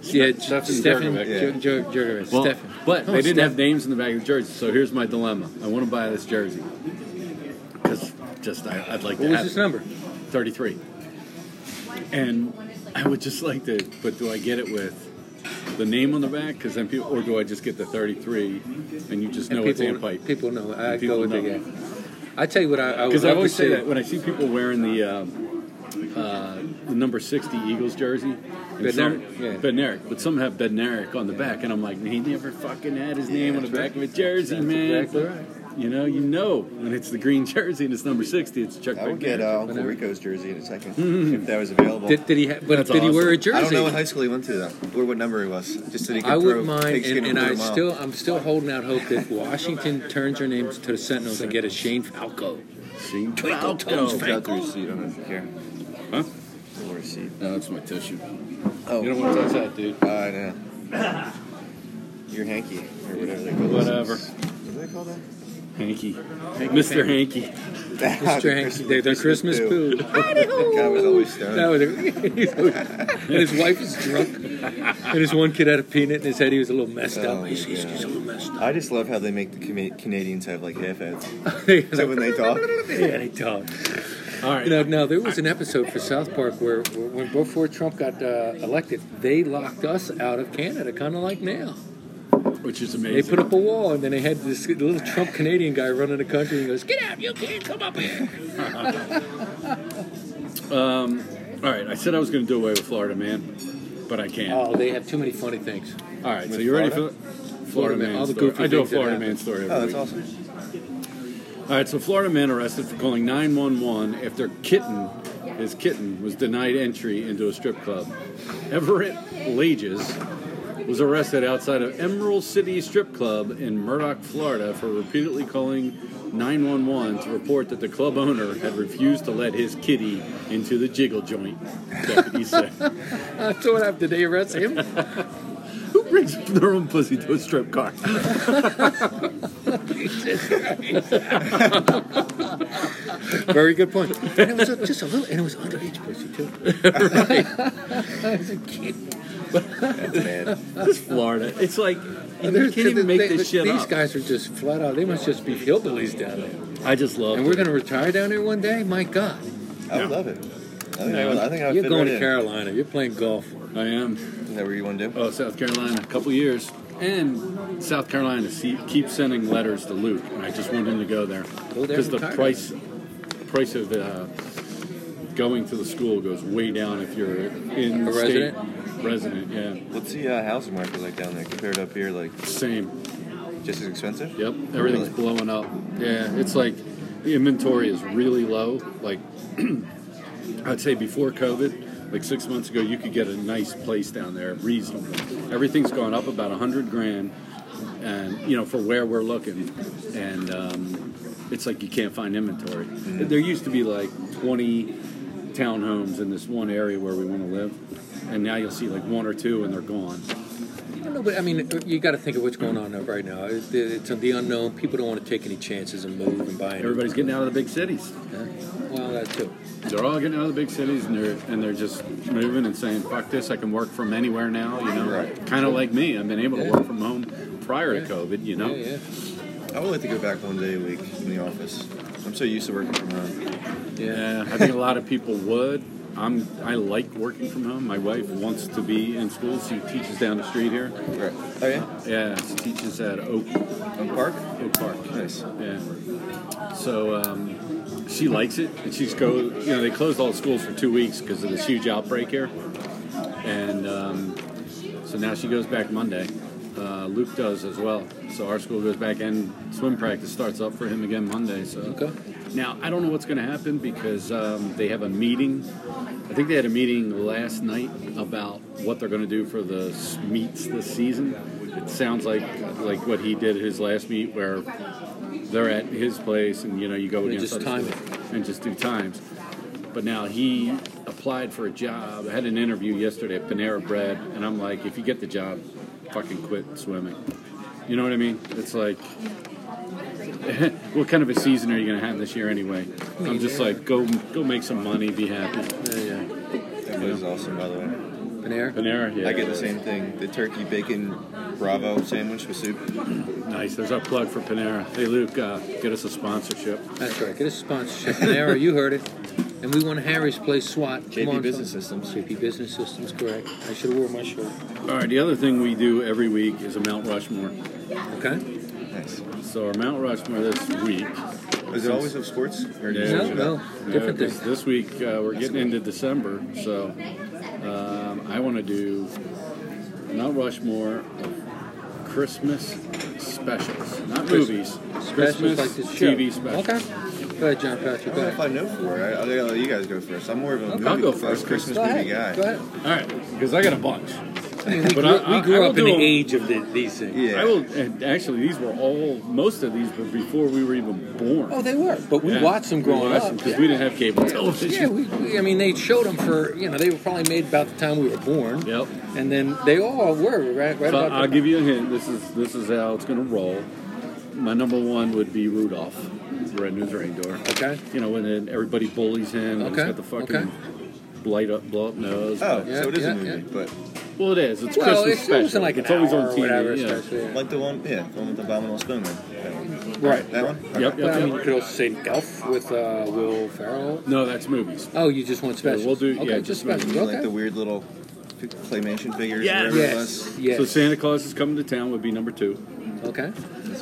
A: Jerkovic.
C: yeah,
A: Stefan
C: Stefan
A: Jerkovic.
B: Yeah.
C: Jer- Jerkovic.
A: Well,
C: Stefan.
A: But
C: Oh,
A: they didn't
C: Stefan.
A: have names in the back of the jersey, so here's my dilemma. I want to buy this jersey because just I, I'd like
C: What
A: to
C: was
A: have
C: his
A: it.
C: number?
A: 33. And I would just like to, but do I get it with the name on the back? Because then people, or do I just get the 33 and you just know it's
C: people,
A: Ampipe?
C: people know. I
A: People
C: go with the
A: know.
C: guy. I tell you what, I, I would
A: Because I
C: love to
A: always
C: see.
A: say that when I see people wearing the um, uh, the number 60 Eagles jersey. And
C: Bednarik,
A: some-
C: yeah.
A: Bednarik, but some have Bednarik on the back, and I'm like, he never fucking had his name on the
C: that's
A: back of a jersey,
C: That's
A: man.
C: exactly right.
A: You know, you know when it's the green jersey and it's number 60, it's Chuck
B: I would get
A: Bednarik.
B: uh, Uncle Rico's jersey in a 2nd if that was available.
C: Hmm. Did, did he? Ha- but
A: That's
C: did he wear a
B: I don't
C: jersey?
B: know what high school he went to though, or what number he was. Just that he could
C: I
B: throw
C: wouldn't mind,
B: pigskin
C: and, and
B: put
C: I
B: them up.
C: still, I'm still holding out hope that Washington turns her name to the Sentinels and get a Shane Falco.
A: Shane
D: Twinkle
A: Falco.
D: Toes
B: It's out through his seat. I don't know if you care.
A: Huh?
B: It's over his seat.
A: No, that's my tissue.
B: Oh,
A: You don't want to touch that, dude.
B: I know. Your hanky or whatever they call those
A: Whatever.
B: things. What do they call that?
A: Hanky. Mr. Hanky.
C: Mr. Hanky, they're the Christmas poo.
B: That guy was always stoned.
C: That was and his wife is drunk, and his one kid had a peanut in his head. He was a little messed
B: Oh,
C: up. He's, he's,
B: yeah.
C: he's a little messed up.
B: I just love how they make the Cana- Canadians have like half heads.
C: He was
B: So when they
C: like,
B: talk,
C: yeah, they talk.
A: All right.
C: You know, no, there was an episode for South Park where, where when before Trump got uh, elected, they locked us out of Canada, kind of like now.
A: which is
C: They
A: amazing.
C: put up a wall, and then they had this little Trump Canadian guy running the country, and he goes, "Get out! You can't come up here."
A: All right, I said I was going to do away with Florida Man, but I can't.
C: Oh, they have too many funny things.
A: All right, so
B: With
A: you ready for
B: Florida?
A: Florida,
C: Florida Man,
A: Man?
C: all the
A: story.
C: goofy
A: I do a
C: things that
A: Florida
C: happen.
A: Man story. Every
B: oh,
A: week.
B: that's awesome.
A: All right, so Florida man arrested for calling 911 after kitten, his kitten, was denied entry into a strip club. Everett Lages was arrested outside of Emerald City Strip Club in Murdoch, Florida, for repeatedly calling 911 to report that the club owner had refused to let his kitty into the jiggle joint. Deputies said.
C: That's what happened. Did they arrest him?
A: Who brings their own pussy to a strip car?
C: Very good point. And it was a, just a little, and it was underage pussy too. right. As a kid.
B: That's bad.
A: It's Florida. It's like you can't
C: They-
A: even make
C: they-
A: this shit
C: These
A: up.
C: guys are just flat out. They must just be hillbillies down there.
A: I just love.
C: And we're
A: it.
C: going to retire down there one day. My God,
B: I would love it. I think I would, I think I would
C: you're
B: fit
C: going
B: right
C: to Carolina. You're playing golf.
A: I am.
B: in. Is that where you want to do?
A: Oh, South Carolina. A couple years. And South Carolina see, keeps sending letters to Luke, and I just want him to go there
C: Go there
A: because the
C: and retire.
A: price price of uh, going to the school goes way down if you're in
C: A
A: state resident. Yeah,
B: What's the uh, housing market like down there compared up here? Like
A: same.
B: just as expensive?
A: Yep, everything's
B: Really?
A: blowing up. Yeah, it's like the inventory is really low. Like I'd say before COVID, like six months ago, you could get a nice place down there, reasonable. Everything's gone up about a hundred grand, and you know for where we're looking, and um, it's like you can't find inventory. There used to be like twenty townhomes in this one area where we want to live, and now you'll see like one or two, and they're gone.
C: I don't know, but I mean, you got to think of what's going on right now. It's, it's the unknown. People don't want to take any chances and move and buy. anything.
A: Everybody's getting out of the big cities.
C: Well, that too.
A: They're all getting out of the big cities and they're and they're just moving and saying, "Fuck this! I can work from anywhere now." You know,
B: Right.
A: kind of like me. I've been able to
C: Yeah.
A: work from home prior
C: Yeah.
A: to COVID. You know,
C: Yeah, yeah,
B: I would like to go back one day a week in the office. I'm so used to working from home.
C: yeah.
A: Yeah, Uh, I think a lot of people would. I'm I like working from home. My wife wants to be in school. She teaches down the street here.
B: Right. Oh yeah.
A: Yeah, she teaches at Oak
B: On Park.
A: Oak Park.
B: Nice.
A: Yeah. So um, she likes it, and she's go. You know, they closed all the schools for two weeks because of this huge outbreak here, and um, so now she goes back Monday. Uh, Luke does as well. So our school goes back, and swim practice starts up for him again Monday. So
C: Okay.
A: now I don't know what's going to happen because um, they have a meeting. I think they had a meeting last night about what they're going to do for the s- meets this season. It sounds like like what he did at his last meet, where they're at his place, and you know you go
C: And
A: against
C: just
A: other
C: time
A: schools and just do times. But now he applied for a job. I had an interview yesterday at Panera Bread, and I'm like, if you get the job, fucking quit swimming. You know what I mean? It's like, what kind of a season are you going to have this year anyway? I'm just like, go go make some money, be happy.
C: yeah, yeah.
B: That was awesome, by the way.
C: Panera.
A: Panera, yeah.
B: I get the same thing. The turkey bacon bravo sandwich with soup.
A: Nice. There's our plug for Panera. Hey, Luke, uh, get us a sponsorship.
C: That's right. Get a sponsorship. Panera, you heard it. And we want Harry's Place SWAT. Come
B: JP
C: on,
B: Business
C: son.
B: Systems.
C: JP Business Systems, correct. I should have worn my shirt.
A: All right. The other thing we do every week is a Mount Rushmore.
C: Okay.
B: Nice.
A: So our Mount Rushmore this week uh,
B: Is it always of sports? Or just-
C: No, no. Different
A: this,
C: thing.
A: this week uh, we're getting into December, so um, I want to do not Rushmore of Christmas specials, not movies. Christmas
C: Specials like this show.
A: TV specials.
C: Okay. Go ahead, John
B: I
C: Patrick. Go
B: don't know if
C: ahead.
B: I know for it. I, I think I'll let you guys go first. I'm more of a movie,
A: I'll go
B: a
A: first.
B: Christmas
C: Go
B: movie guy.
C: ahead. Go ahead.
A: All right, because I got a bunch.
C: I mean,
A: But
C: we grew,
A: I- I-
C: we grew
A: I will
C: up in
A: do
C: the
A: 'em.
C: age of the, these things.
B: Yeah.
A: I will. And actually, these were all. Most of these were before we were even born.
C: Oh, they were. But we
A: Yeah.
C: watched them growing
A: we watched
C: up.
A: because
C: yeah.
A: we didn't have cable television.
C: Yeah, we, we, I mean, they showed them for, you know, they were probably made about the time we were born.
A: Yep.
C: And then they all were, right? right
A: So
C: about
A: I'll
C: the-
A: give you a hint. This is this is how it's going to roll. My number one would be Rudolph, Red Nose Reindeer.
C: Okay.
A: You know, and then everybody bullies him. and He's
C: Okay,
A: got the fucking
C: okay.
A: blight up, blow up nose.
B: Oh,
C: Yeah,
B: so it is
C: yeah,
B: a movie,
C: yeah.
B: but
A: well, it is. It's
C: well,
A: Christmas
C: it's
A: special.
C: always in like an
A: it's always
C: hour
A: on TV.
C: or whatever,
A: yeah.
C: especially. yeah.
B: like the one, yeah, the one with the abominable snowman. That one.
C: Right.
B: That one? Okay.
A: Yep,
C: Well, I
A: yep,
C: mean, you
A: yep.
C: could also say Elf with uh, Will Ferrell.
A: No, that's movies.
C: Oh, you just want specials.
A: we'll do-
C: okay,
A: yeah,
C: just
A: just
C: specials.
B: You
C: Okay.
B: Like the weird little fi- claymation figures.
A: Yes.
B: whatever it
C: yes.
B: was.
C: Yes.
A: So Santa Claus is coming to town would be number two.
C: Okay.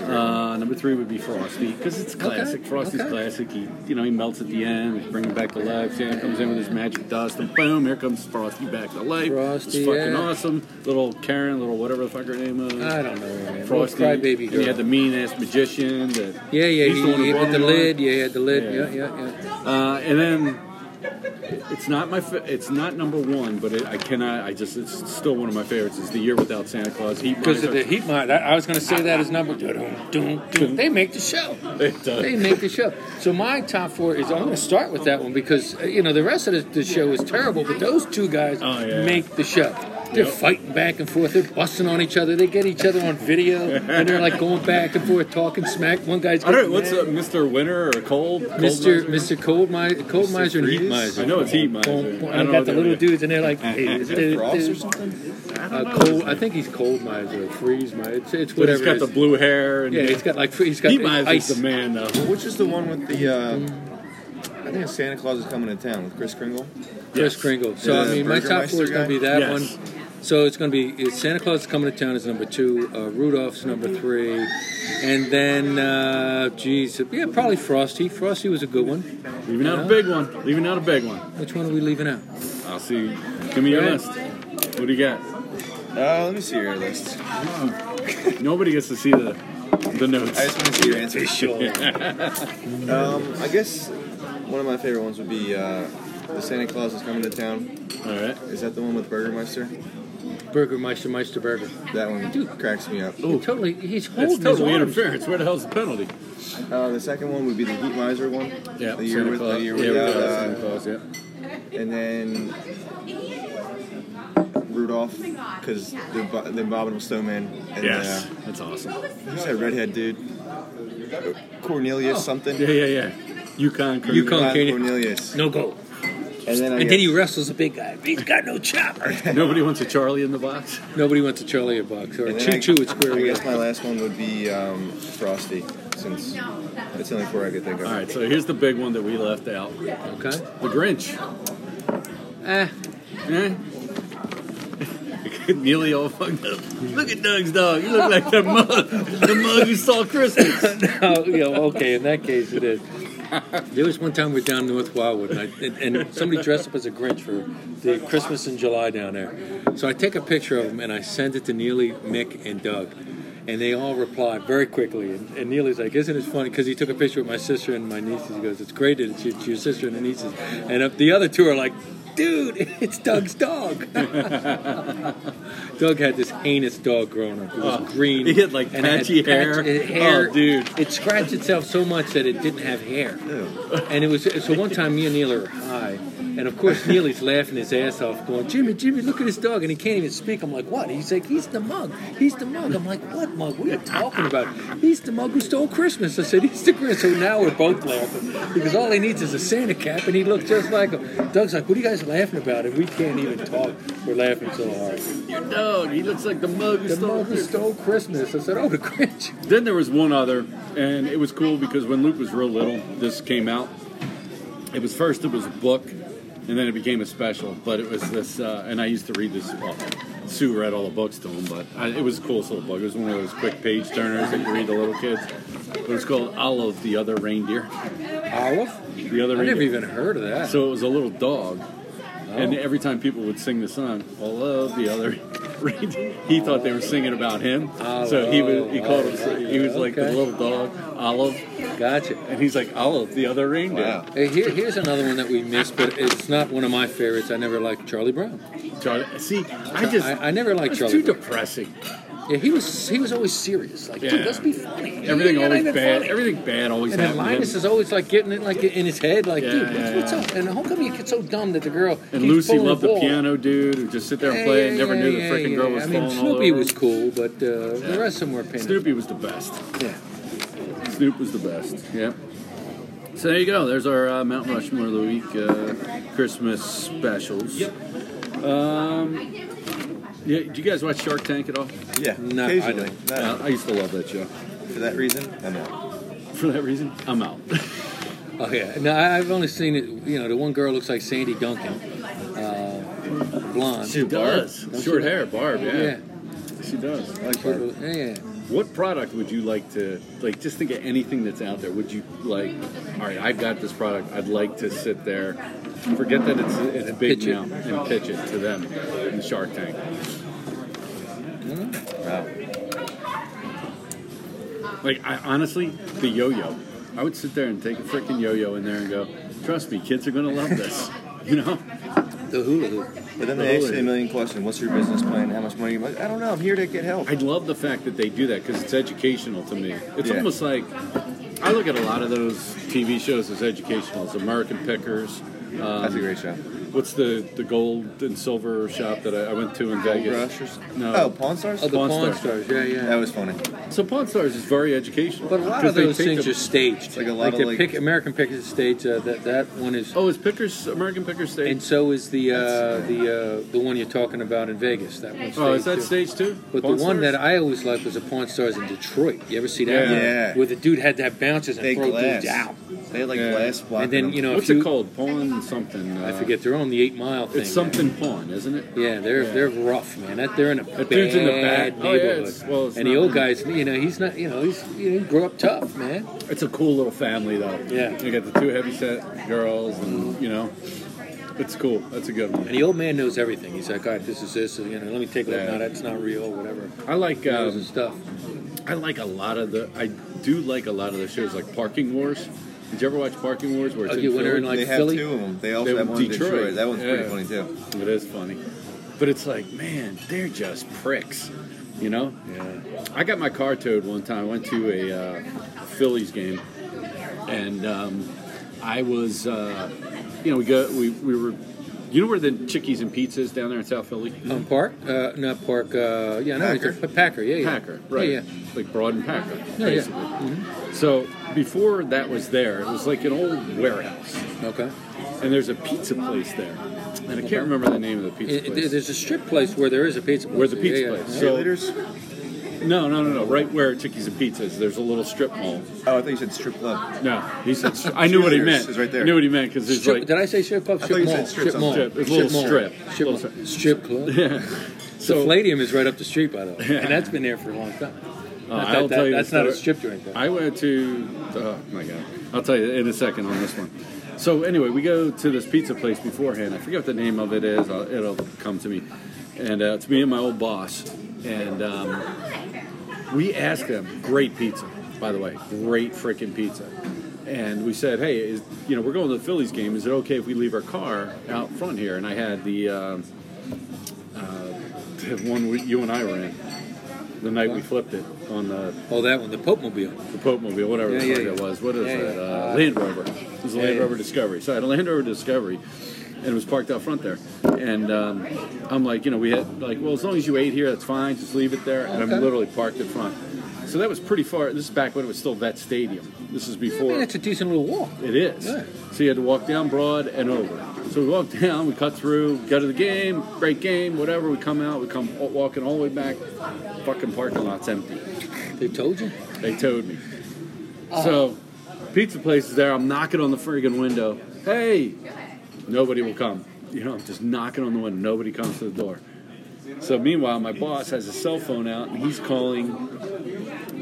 A: Uh, number three would be Frosty because it's classic.
C: Okay,
A: Frosty's
C: okay.
A: classic. He, you know, he melts at the end, he's bringing back to life. Santa comes in with his magic dust, and boom, here comes Frosty back to life.
C: Frosty,
A: it's fucking
C: yeah.
A: awesome. Little Karen, little whatever the fuck her name is.
C: I don't know. Man.
A: Frosty,
C: Little crybaby
A: And he had
C: girl.
A: the mean ass magician. That
C: Yeah, yeah,
A: he's
C: he,
A: the one who
C: he
A: brought
C: had the
A: him
C: lid.
A: on.
C: Yeah, he had the lid.
A: Yeah.
C: Yeah, yeah, yeah.
A: Uh, and then it's not my fa- it's not number one, but it, I cannot. I just it's still one of my favorites. Is the year without Santa Claus. He
C: Because of the heat mine. that- I was going to say that as number They make the show.
A: It does.
C: They make the show. So my top four is I'm going to start with that one because uh, you know the rest of the, the show is terrible, but those two guys
A: Oh, yeah.
C: make the show. They're
A: Yep.
C: fighting back and forth. They're busting on each other. They get each other on video, and they're like going back and forth, talking smack. One guy's
A: I don't
C: getting
A: know what's
C: mad.
A: up, Mr. Winter or Cold. Cold
C: Mr.
A: Miser?
C: Mr. Cold Miser, Cold Miser, and Heat
B: Freeze?
C: Miser.
A: I know it's Heat Miser.
C: Boom, boom.
A: I don't
C: And I got
A: know
C: the
A: the
C: little
A: name.
C: dudes, and they're like, hey,
B: Is
C: they're-
B: it Frost
C: they're-
B: or something?
C: uh, cold. I think he's Cold Miser, Freeze Miser. It's, it's
A: But
C: whatever.
A: he's got
C: it
A: the
C: is.
A: blue hair and
C: yeah, he's got like free- he's got
A: he
C: the
A: might
C: ice.
A: the man though.
B: Which is the one with the? Uh, I think it's Santa Claus is coming to town with Chris Kringle.
C: Chris
A: Yes.
C: Kringle. So I
B: The
C: mean, my top
B: Burgermeister
C: four is going to be
B: guy?
C: that
A: Yes.
C: one. So it's going to be it's Santa Claus is coming to town is number two, uh, Rudolph's number three, and then uh, geez, yeah, probably Frosty. Frosty was a good one.
A: Leaving out a big one. Leaving out a big one.
C: Which one are we leaving out?
A: I'll see. Give me your
C: Right.
A: list. What do you got?
B: Uh, let me see your list.
A: Nobody gets to see the the notes.
B: I just want to see your answer. Um, I guess one of my favorite ones would be uh, the Santa Claus is coming to town.
A: All right.
B: Is that the one with Burgermeister?
C: Burgermeister Meister Burger.
B: That one cracks me up.
C: He totally, he's
A: That's
C: holding
A: totally
C: his arms.
A: interference. Where the hell's the penalty?
B: Uh, the second one would be the Heat Miser one.
A: Yeah,
B: The year
A: Santa
B: with
A: Claus.
B: the year
A: yeah,
B: without,
A: without
B: uh,
A: Santa Claus. Yeah.
B: and then Rudolph because the bo- the abominable snowman. And,
A: Yes, that's awesome.
B: Uh, who's that redhead dude? Cornelius something.
A: Oh. Yeah, yeah, yeah. Yukon. Colonel.
C: Yukon.
B: Ron
C: Cornelius.
B: Cornelius.
C: No goal.
B: And then I
C: And
B: guess-
C: then he wrestles a big guy. He's got no chopper.
A: Nobody wants a Charlie in the box.
C: Nobody went to Charlie a box or
B: and then
C: Choo
B: I-
C: Choo at Square
B: I
C: Wheel.
B: guess my last one would be um, Frosty, since that's the only four I could think of.
A: All right. So here's the big one that we left out. The
C: Okay.
A: Grinch.
C: Eh.
A: Eh? Nearly all fucked up. Look at Doug's dog. You look like the mug, the mug who saw Christmas.
C: oh, yeah, okay, in that case it is. There was one time we were down North Wildwood, and, I, and, and somebody dressed up as a Grinch for the Christmas in July down there. So I take a picture of him and I send it to Neely, Mick, and Doug, and they all reply very quickly. And, and Neely's like, "Isn't it funny?" Because he took a picture with my sister and my nieces. He goes, "It's great that it's your, it's your sister and the nieces." And up the other two are like, "Dude, it's Doug's dog." Doug had this heinous dog growing up. It was
A: Oh,
C: green.
A: he had, like,
C: and it
A: patchy hair.
C: patch- it-
A: Oh,
C: hair.
A: dude.
C: It scratched itself so much that it didn't have hair. And it was so one time me and Neil are high, and of course Neely's laughing his ass off, going, Jimmy, Jimmy, look at this dog, and he can't even speak. I'm like, what? He's like, he's the mug. He's the mug. I'm like, what mug? What are you talking about? He's the mug who stole Christmas. I said, he's the Grinch. So now we're both laughing because all he needs is a Santa cap, and he looks just like him. Doug's like, what are you guys laughing about? And we can't even talk. We're laughing so hard.
A: Your dog. He looks like the mug who
C: The
A: saw
C: mug who
A: Christmas.
C: stole Christmas. I said, oh, the Grinch.
A: Then there was one other, and it was cool because when Luke was real little, this came out. It was first it was a book, and then it became a special. But it was this, uh, and I used to read this often. Sue read all the books to him, but I, it was the coolest little book. It was one of those quick page turners that you read to little kids. But it's called Olive, the Other Reindeer.
C: Olive?
A: The Other
C: I never
A: Reindeer.
C: even heard of that.
A: So it was a little dog,
C: Oh.
A: and every time people would sing the song, "Olive, the Other Reindeer," he thought they were singing about him. so he was he called him. He was like
C: Oh, Okay.
A: the little dog, Olive,
C: gotcha.
A: and he's like Olive, the Other Reindeer.
B: Wow.
C: Hey, here, here's another one that we missed, but it's not one of my favorites. I never liked Charlie Brown.
A: Charlie, see, I just
C: I, I never liked
A: it's too
C: Charlie. Brown.
A: depressing.
C: Yeah, he was he was always serious. Like, dude,
A: Yeah.
C: let's be funny.
A: Everything
C: You're not
A: always
C: even
A: bad.
C: funny.
A: Everything bad always
C: And then
A: happened. to him.
C: Linus is always like getting it like in his head, like,
A: Yeah,
C: dude,
A: yeah,
C: what's, what's
A: yeah.
C: up? And how come you get so dumb that the girl
A: And
C: keeps
A: Lucy
C: pulling
A: loved the
C: ball?
A: piano dude who just sit there and
C: Yeah,
A: play
C: yeah,
A: and never
C: yeah,
A: knew
C: yeah,
A: the freaking
C: yeah,
A: girl
C: yeah.
A: was
C: I mean,
A: falling all
C: Snoopy
A: over.
C: was cool, but uh,
A: Yeah.
C: the rest of them were pain. in the
A: Snoopy was the best.
C: Yeah.
A: Snoop was the best. Yep. So there you go. There's our uh, Mount Rushmore of the week uh, Christmas specials. Yep. Um, yeah, do you guys watch Shark Tank at all?
B: Yeah,
C: No, I
B: occasionally.
C: don't.
B: No,
A: Uh, I used to love that show.
B: For that reason, I'm out.
A: For that reason, I'm out.
C: Oh yeah. No, I- I've only seen it. You know, the one girl looks like Sandy Duncan, uh, blonde.
A: She does.
C: Don't
A: Short
C: she?
A: hair, Barb. Yeah.
C: yeah.
A: she does.
B: I like Barb.
C: Yeah. yeah.
A: What product would you like to like? Just think of anything that's out there. Would you like? All right, I've got this product. I'd like to sit there, forget that it's it's big
C: pitch it.
A: now, and pitch it to them in Shark Tank.
B: Wow.
A: Like I honestly, the yo-yo. I would sit there and take a freaking yo-yo in there and go. Trust me, kids are gonna love this. You know,
C: The hula hoop.
B: But then they ask
A: Totally.
B: you a million questions. What's your business plan? How much money? You make? I don't know. I'm here to get help.
A: I love the fact that they do that because it's educational to me. It's
B: Yeah.
A: almost like I look at a lot of those TV shows as educational. It's American Pickers.
B: That's a great show.
A: What's the, the gold and silver shop that I, I went to in Vegas?
B: Rush or something?
A: No.
B: Oh, Pawn Stars?
C: Oh, the
A: Pawn
C: pawn,
A: Stars.
C: stars. Yeah, yeah.
B: That was funny.
A: So Pawn Stars is very educational.
C: Oh. But a lot
A: 'Cause
C: of
A: they
C: those
A: take
C: things
A: the-
C: are staged.
B: Like a lot of,
C: the
B: like-
C: pick, American Pickers is staged. Uh, that that one is,
A: Oh, is Pickers American Pickers stage?
C: and so is the uh, the uh, the one you're talking about in Vegas. That one's
A: oh, is
C: staged,
A: that
C: too.
A: stage too?
C: But
A: Pawn
C: the one
A: Stars?
C: that I always liked was the Pawn Stars in Detroit. You ever see that?
A: Yeah.
C: one?
B: Yeah.
C: Where the dude had to have bouncers and
B: They
C: throw
B: glass.
C: dudes out.
B: They had like
A: Yeah.
B: glass blocking
C: And then,
B: them.
C: you know,
A: what's
C: if you,
A: it called? Pawn something. Uh,
C: I forget. They're on the eight mile thing.
A: It's something pawn, isn't it?
C: Yeah, they're they're rough, man. That they're in a
A: That
C: bad
A: dude's in the back. Oh, yeah,
C: neighborhood.
A: it's- well, it's
C: and the
A: not-
C: old guy's, you know, he's not, you know, he's you know, he grew up tough, man.
A: It's a cool little family though.
C: Yeah.
A: You got the two heavyset girls, and you know, it's cool. That's a good
C: And
A: one.
C: the old man knows everything. He's like, all right, this is this, and, you know, let me take a look.
A: Yeah.
C: No, that's not real, whatever.
A: I like.
C: Knows
A: Um,
C: his stuff.
A: I like a lot of the. I do like a lot of the shows, like Parking Wars. Did you ever watch Parking Wars? Where it's
C: Oh,
A: in
C: you went there
A: Philly?
C: and, like,
B: they have
C: Philly?
B: two of them. They also
A: They-
B: have one in
A: Detroit.
B: Detroit. That one's
A: Yeah.
B: pretty funny too.
A: It is funny, but it's like, man, they're just pricks, you know. Yeah. I got my car towed one time. I went to a uh, Phillies game, and um, I was, uh, you know, we go, we, we were, you know, where the Chickies and Pizza is down there in South Philly.
C: Um, Park, uh, not Park. Uh, yeah, no,
B: Packer.
C: Packer. Packer, yeah, yeah.
A: Packer, right?
C: Yeah,
A: Like Broad and Packer,
C: Yeah, yeah.
A: basically. So before that was there, it was like an old warehouse,
C: yeah. Okay.
A: and there's a pizza place there, and I can't remember the name of the pizza
C: It- it-
A: place.
C: there's a strip place where there is a pizza. place.
A: Where's the
C: Yeah,
A: pizza
C: yeah,
A: place?
C: yeah.
A: So-
B: Cheerleaders?
A: No, no, no, no. Right where Chickies and Pizza is, there's a little strip mall.
B: Oh, I thought you said strip club.
A: No, he said. I knew what he meant.
B: It's right there.
A: I knew what he meant because there's
C: Strip,
A: like
C: did I say strip club?
B: I thought
C: Strip
B: you said
C: mall.
B: strip
C: Strip mall.
A: something. Strip, a little
C: mall.
A: strip.
C: Strip
A: Little
C: mall. Strip club.
A: so.
C: the Palladium is right up the street, by the way, and that's been there for a long time.
A: uh,
C: Not
A: I'll
C: that-
A: tell you
C: that's
A: the
C: not a
A: story.
C: strip joint. Though.
A: I went to. Oh my god! I'll tell you in a second on this one. So anyway, we go to this pizza place beforehand. I forget what the name of it is. I'll, it'll come to me. And uh, it's me and my old boss. And um, we asked them. Great pizza, by the way. Great freaking pizza. And we said, hey, is, you know, we're going to the Phillies game. Is it okay if we leave our car out front here? And I had the. Um, uh, one we, you and I were in the night we flipped it on the
C: oh, that one, the Pope Mobile.
A: the Pope mobile, whatever
C: Yeah,
A: the
C: yeah,
A: fuck
C: yeah.
A: it was. What is
C: Yeah,
A: that?
C: yeah.
A: Uh, Land Rover. It was a Land
C: yeah.
A: Rover Discovery. So I had a Land Rover Discovery, and it was parked out front there. And um, I'm like, you know, we had like, well, as long as you ate here, that's fine. Just leave it there. And I'm
C: Okay.
A: literally parked in front. So that was pretty far. This is back when it was still Vet Stadium. This is
C: I mean,
A: before.
C: that's a decent little walk.
A: It is.
C: Yeah.
A: So you had to walk down Broad and over. So we walked down, we cut through, go to the game, great game, whatever. We come out, we come walking all the way back. Fucking parking lot's empty.
C: They told you.
A: They towed me. So, pizza place is there. I'm knocking on the friggin' window. Hey, nobody will come. You know, I'm just knocking on the window. Nobody comes to the door. So meanwhile, my boss has his cell phone out and he's calling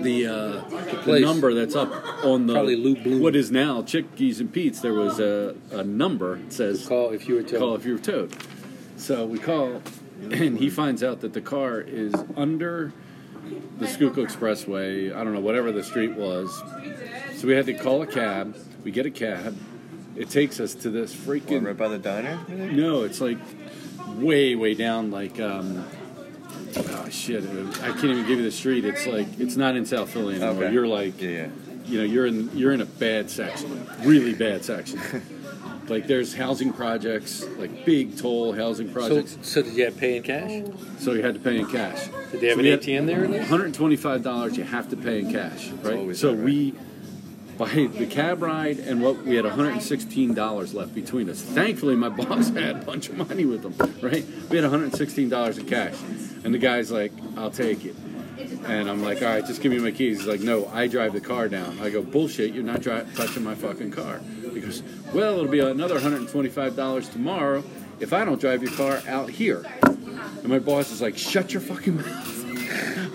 A: the, uh, the,
C: place.
A: number that's up on the
C: Probably Lou Bloom.
A: what is now Chickies and Pete's. There was a, a number that says
C: Call if you were
A: call
C: told.
A: if you're towed. So we call, and he finds out that the car is under the Schuylkill Expressway. I don't know whatever the street was. So we had to call a cab. We get a cab. It takes us to this
B: What,
A: freaking
B: right by the diner?
A: no, it's like way, way down. Like, um, oh shit, I can't even give you the street. It's like it's not in South Philly anymore.
B: Okay.
A: You're like,
B: Yeah, yeah.
A: you know, you're in you're in a bad section, really bad section. like, there's housing projects, like big toll housing
C: So,
A: projects.
C: so did you have to pay in cash?
A: So, you had to pay in cash.
C: Did they have
A: So
C: an
A: we had-
C: ATM there at least?
A: $125 you have to pay in cash, right?
B: always
A: So
B: that, right?
A: we by the cab ride and what we had $116 left between us. Thankfully my boss had a bunch of money with him, right? We had $116 in cash. And the guy's like, "I'll take it." And I'm like, "All right, just give me my keys." He's like, "No, I drive the car down." I go, "Bullshit, you're not dri- touching my fucking car." He goes, "Well, it'll be another $125 tomorrow if I don't drive your car out here." And my boss is like, "Shut your fucking mouth."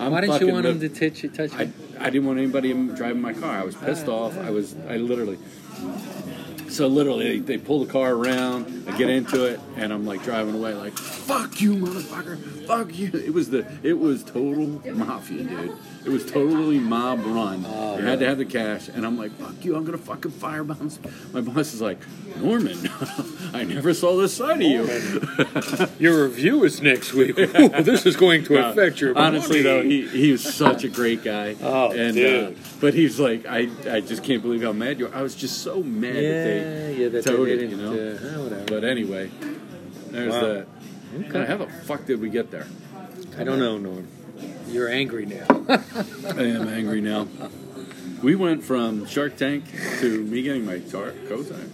A: I'm
C: Why didn't you
A: fucking
C: want him
A: lit-
C: to touch you? Touch
A: I,
C: you?
A: I didn't want anybody in- driving my car. I was pissed off. I was I literally. So literally, they, they pull the car around. I get into it, and I'm like driving away, like "fuck you, motherfucker, fuck you." It was the it was total mafia, dude. It was totally mob run. you had to have the cash, and I'm like, "Fuck you, I'm gonna fucking firebomb." some-" My boss is like, "Norman, I never saw this side of you."
C: Your review is next week. Ooh, this is going to affect your
A: Honestly,
C: money.
A: though, he, he was such a great guy.
C: Oh,
A: and,
C: dude.
A: Uh, but he's like, I, I just can't believe how mad you are. I was just so mad that
C: yeah,
A: they
C: yeah, that
A: towed
C: they
A: it,
C: didn't.
A: you know?
C: uh, whatever.
A: But anyway, there's
B: Wow.
A: that. God, how the fuck did we get there?
B: I don't know, Norm.
C: You're angry now.
A: I am angry now. We went from Shark Tank to me getting my car Kozak.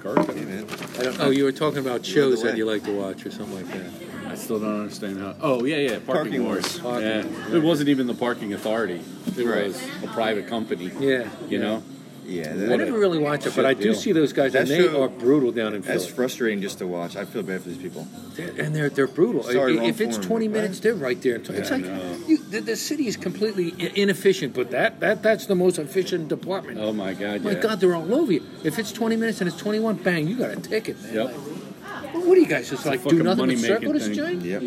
A: Car
B: Hey, man.
C: I don't know. Oh, You were talking about shows
B: way.
C: that you like to watch or something like that.
A: I still don't understand how. Oh yeah, yeah, parking,
B: Parking
A: wars.
C: wars.
A: Yeah,
C: Parking.
A: it wasn't even the parking authority. It
B: Right.
A: was a private company.
C: Yeah.
A: You know,
B: Yeah,
C: I
B: that,
C: never really watch it, but I do
A: deal.
C: see those guys, and
B: That
C: they
B: show-
C: are brutal down in
B: that's
C: Philly.
B: frustrating just to watch. I feel bad for these people.
C: and they're they're brutal.
B: Sorry,
C: if
B: wrong
C: it's
B: form,
C: 20
B: right?
C: minutes, they're right there. It's
A: Yeah, I
C: like
A: know.
C: you, the, the city is completely i- inefficient, but that that that's the most efficient department.
A: Oh my god!
C: My
A: yeah.
C: God, they're all over you. If it's 20 minutes and it's 21, bang, you got a ticket, man.
A: Yep.
C: Like, what- what do you guys just like do
A: fucking
C: nothing but
A: money-making
C: circle this
A: thing.
C: joint?
B: Yep.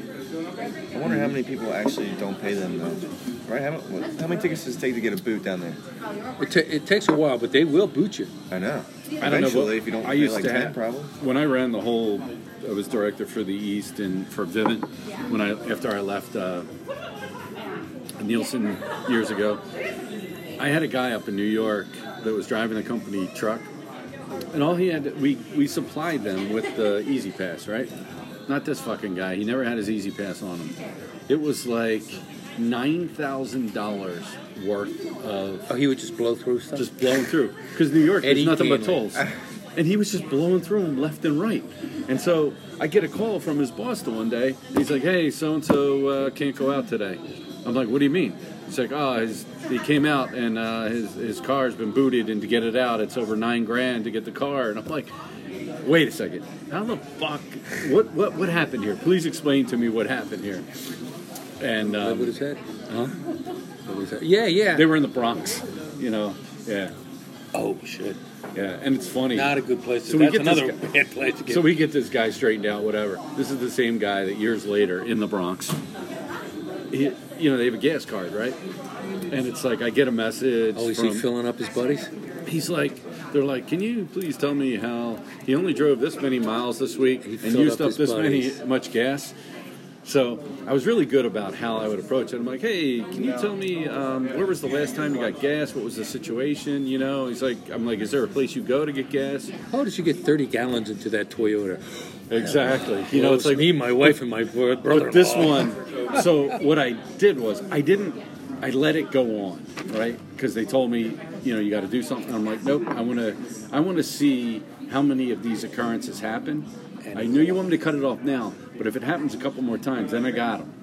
B: I wonder how many people actually don't pay them though. Right? How, mu- what- how many tickets does it take to get a boot down there?
C: It, ta- it takes a while, but they will boot you.
B: I know.
A: I don't know,
B: Eventually,
A: but
B: if you don't
A: I
B: pay
A: used
B: like
A: to
B: ten,
A: have-
B: probably.
A: when I ran the whole, I was director for the East and for Vivint. When I after I left uh, Nielsen years ago, I had a guy up in New York that was driving the company truck, and all he had we we supplied them with the Easy Pass, right? Not this fucking guy. He never had his Easy Pass on him. It was like nine thousand dollars worth of
C: Oh, he would just blow through stuff.
A: just blowing through because New York
C: Eddie
A: there's nothing but
C: Cannon.
A: tolls, and he was just blowing through them left and right. And so I get a call from his boss the one day. He's like, "Hey, so and so can't go out today." I'm like, "What do you mean?" He's like, "Oh, his, he came out and uh, his his car's been booted, and to get it out, it's over nine grand to get the car." And I'm like. Wait a second. How the fuck? What what what happened here? Please explain to me what happened here. And
C: What
A: um,
C: was that? Huh? What was that? Yeah, yeah.
A: they were in the Bronx, you know. Yeah,
C: oh shit!
A: yeah. And it's funny.
C: Not a good place. To,
A: So we
C: that's
A: get this
C: another
A: guy-
C: bad place to get.
A: So we get this guy straightened out, whatever. This is the same guy that years later in the Bronx, he, you know, they have a gas card, right? And it's like I get a message.
C: oh, is
A: from,
C: he filling up his buddies?
A: He's like, they're like, can you please tell me how he only drove this many miles this week
C: He
A: and
C: filled
A: used
C: up
A: up,
C: his
A: this
C: buddies.
A: many much gas? So I was really good about how I would approach it. I'm like, hey, can you tell me um, where was the last time you got gas? What was the situation? You know, he's like, I'm like, is there a place you go to get gas?
C: How did you get 30 gallons into that Toyota?
A: Exactly. You
C: Well,
A: know, it's like
C: me, my wife, and my brother.
A: But this one, so what I did was I didn't, I let it go on, right? Because they told me, you know, you got to do something. I'm like, nope. I want to, I want to see how many of these occurrences happen. I knew you want me to cut it off now, but if it happens a couple more times, then I got them.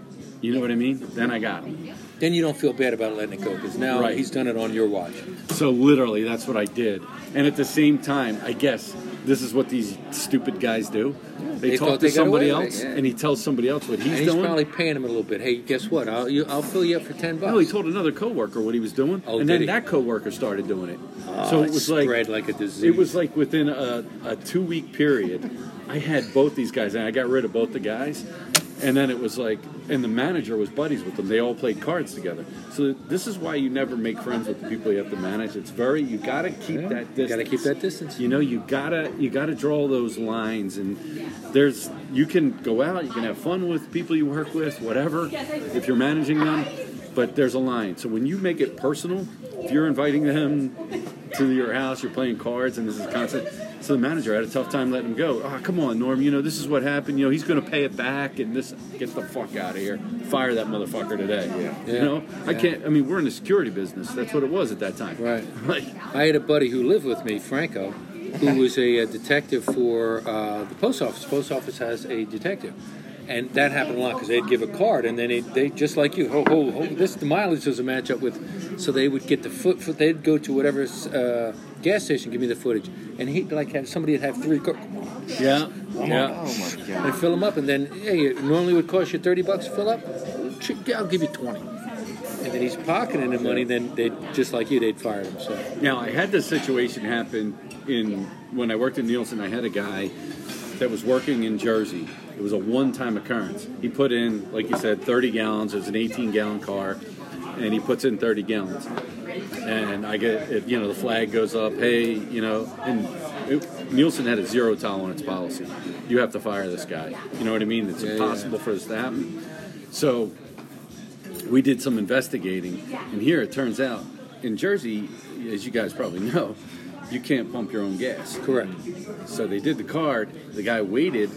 A: You know what I mean? Then I got them.
C: Then you don't feel bad about letting it go because now
A: Right.
C: he's done it on your watch.
A: So literally, that's what I did. And at the same time, I guess this is what these stupid guys do. They,
C: They
A: talk
C: thought
A: to
C: they got away
A: somebody
C: with
A: else,
C: it,
B: yeah.
A: and he tells somebody else what he's,
C: and he's
A: doing.
C: probably paying him a little bit. Hey, guess what? I'll you, I'll fill you up for ten bucks.
A: no, Oh, he told another coworker what he was doing,
C: Oh,
A: and
C: did
A: then
C: he?
A: that coworker started doing it.
C: Oh,
A: so it was like
C: spread like a disease.
A: it was like within a, a two week period, I had both these guys, and I got rid of both the guys. And then it was like, and the manager was buddies with them. They all played cards together. So this is why you never make friends with the people you have to manage. It's very you got to keep
C: Yeah,
A: that
C: you
A: distance.
C: gotta keep that distance.
A: You know, you gotta you gotta draw those lines, and there's you can go out, you can have fun with people you work with, whatever, if you're managing them. But there's a line. So when you make it personal, if you're inviting them to your house, you're playing cards, and this is constant. So the manager had a tough time letting him go. Ah, come on, Norm. You know this is what happened. You know he's going to pay it back, and this get the fuck out of here. Fire that motherfucker today.
B: Yeah.
A: You
C: Yeah.
A: know I
C: Yeah.
A: can't. I mean we're in the security business. That's what it was at that time.
C: Right.
A: Like
C: I had a buddy who lived with me, Franco, who was a, uh detective for uh, the post office. Post office has a detective, and that happened a lot because they'd give a card, and then they they just like you, ho ho ho. This the mileage doesn't match up with, so they would get the foot. foot they'd go to whatever uh, gas station, give me the footage, and he'd like have somebody would have three. Car-
A: yeah. Yeah.
B: Oh my
C: and
B: god.
C: fill them up, and then hey, it normally would cost you thirty bucks to fill up. Ch- I'll give you twenty, and then he's pocketing the money. Then they just like you, they'd fire him. So
A: Now I had this situation happen in when I worked in Nielsen. I had a guy that was working in Jersey. It was a one-time occurrence. He put in, like you said, 30 gallons. It was an 18-gallon car, and he puts in 30 gallons. And I get, it, you know, the flag goes up. Hey, you know, and it, Nielsen had a zero tolerance policy. You have to fire this guy. You know what I mean? It's
C: Yeah, yeah.
A: impossible for this to happen. So we did some investigating, and here it turns out in Jersey, as you guys probably know, you can't pump your own gas.
C: correct.
A: So they did the card. The guy waited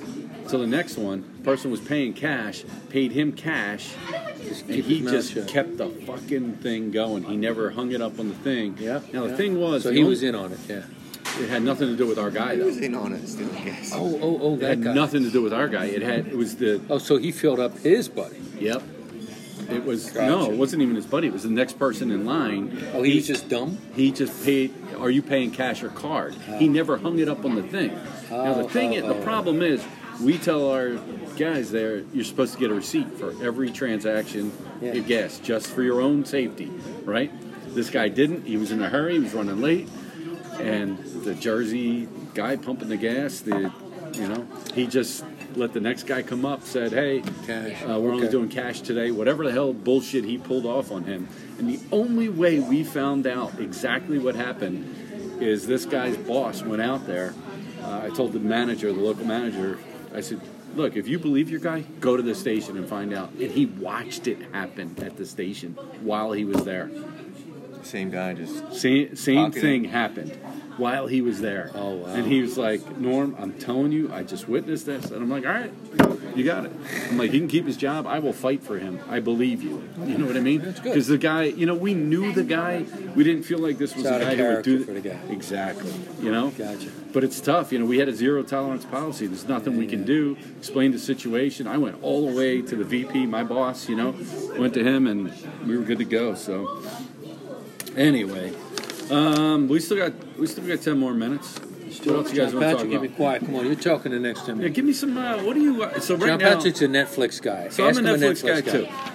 A: till the next one. Person was paying cash, paid him cash,
C: Just
A: and
C: keep
A: he
C: his mouth
A: just
C: shut.
A: kept the fucking thing going. He never hung it up on the thing.
C: Yeah.
A: Now the
C: yeah.
A: thing was,
C: so
A: the
C: he
A: only-
C: was in on it. Yeah.
A: It had nothing to do with our guy
B: He
A: though.
B: was in on it still, I guess.
C: Oh, oh, oh,
A: It had
C: that guy.
A: nothing to do with our guy. It had it was the
C: Oh, so he filled up his buddy.
A: yep. It was no,
C: Gotcha.
A: it wasn't even his buddy. It was the next person in line.
C: Oh, he, was just dumb.
A: He just paid. Are you paying cash or card? He never hung it up on the thing. now the
C: Oh,
A: thing,
C: oh,
A: the
C: Uh-huh. oh.
A: problem is, we tell our guys there you're supposed to get a receipt for every transaction
C: Yeah.
A: you guess, just for your own safety, right? This guy didn't. He was in a hurry. He was running late, and the Jersey guy pumping the gas, the you know, he just let the next guy come up, said, "Hey,
C: Cash.
A: uh, we're only
C: Okay.
A: doing cash today, whatever the hell bullshit he pulled off on him. And the only way we found out exactly what happened is this guy's boss went out there. Uh, I told the manager, the local manager, I said, Look, if you believe your guy, go to the station and find out. And he watched it happen at the station while he was there.
B: Same guy just
A: Same, same
B: Pocketed.
A: thing happened while he was there.
C: Oh, wow.
A: And he was like, Norm, I'm telling you, I just witnessed this. And I'm like, all right, you got it. I'm like, he can keep his job. I will fight for him. I believe you. You know what I mean?
C: That's good.
A: Because the guy, you know, we knew the guy. We didn't feel like this was
C: It's
A: a
C: out of
A: guy who would do
C: character for the guy.
A: Exactly. You know?
C: Gotcha.
A: But it's tough. You know, we had a zero tolerance policy. There's nothing we can do. Explained the situation. I went all the way to the VP, my boss, you know, went to him and we were good to go. So, anyway, um, we still got we still got 10 more minutes. What else you guys
C: John
A: want to talk
C: Patrick,
A: about?
C: be quiet. Come on, you're talking the next time.
A: Yeah, give me some. Uh, what do you. Uh, so, right
C: John
A: now.
C: Patrick's a Netflix guy.
A: so, I'm
C: Ask
A: a
C: him
A: Netflix, guy,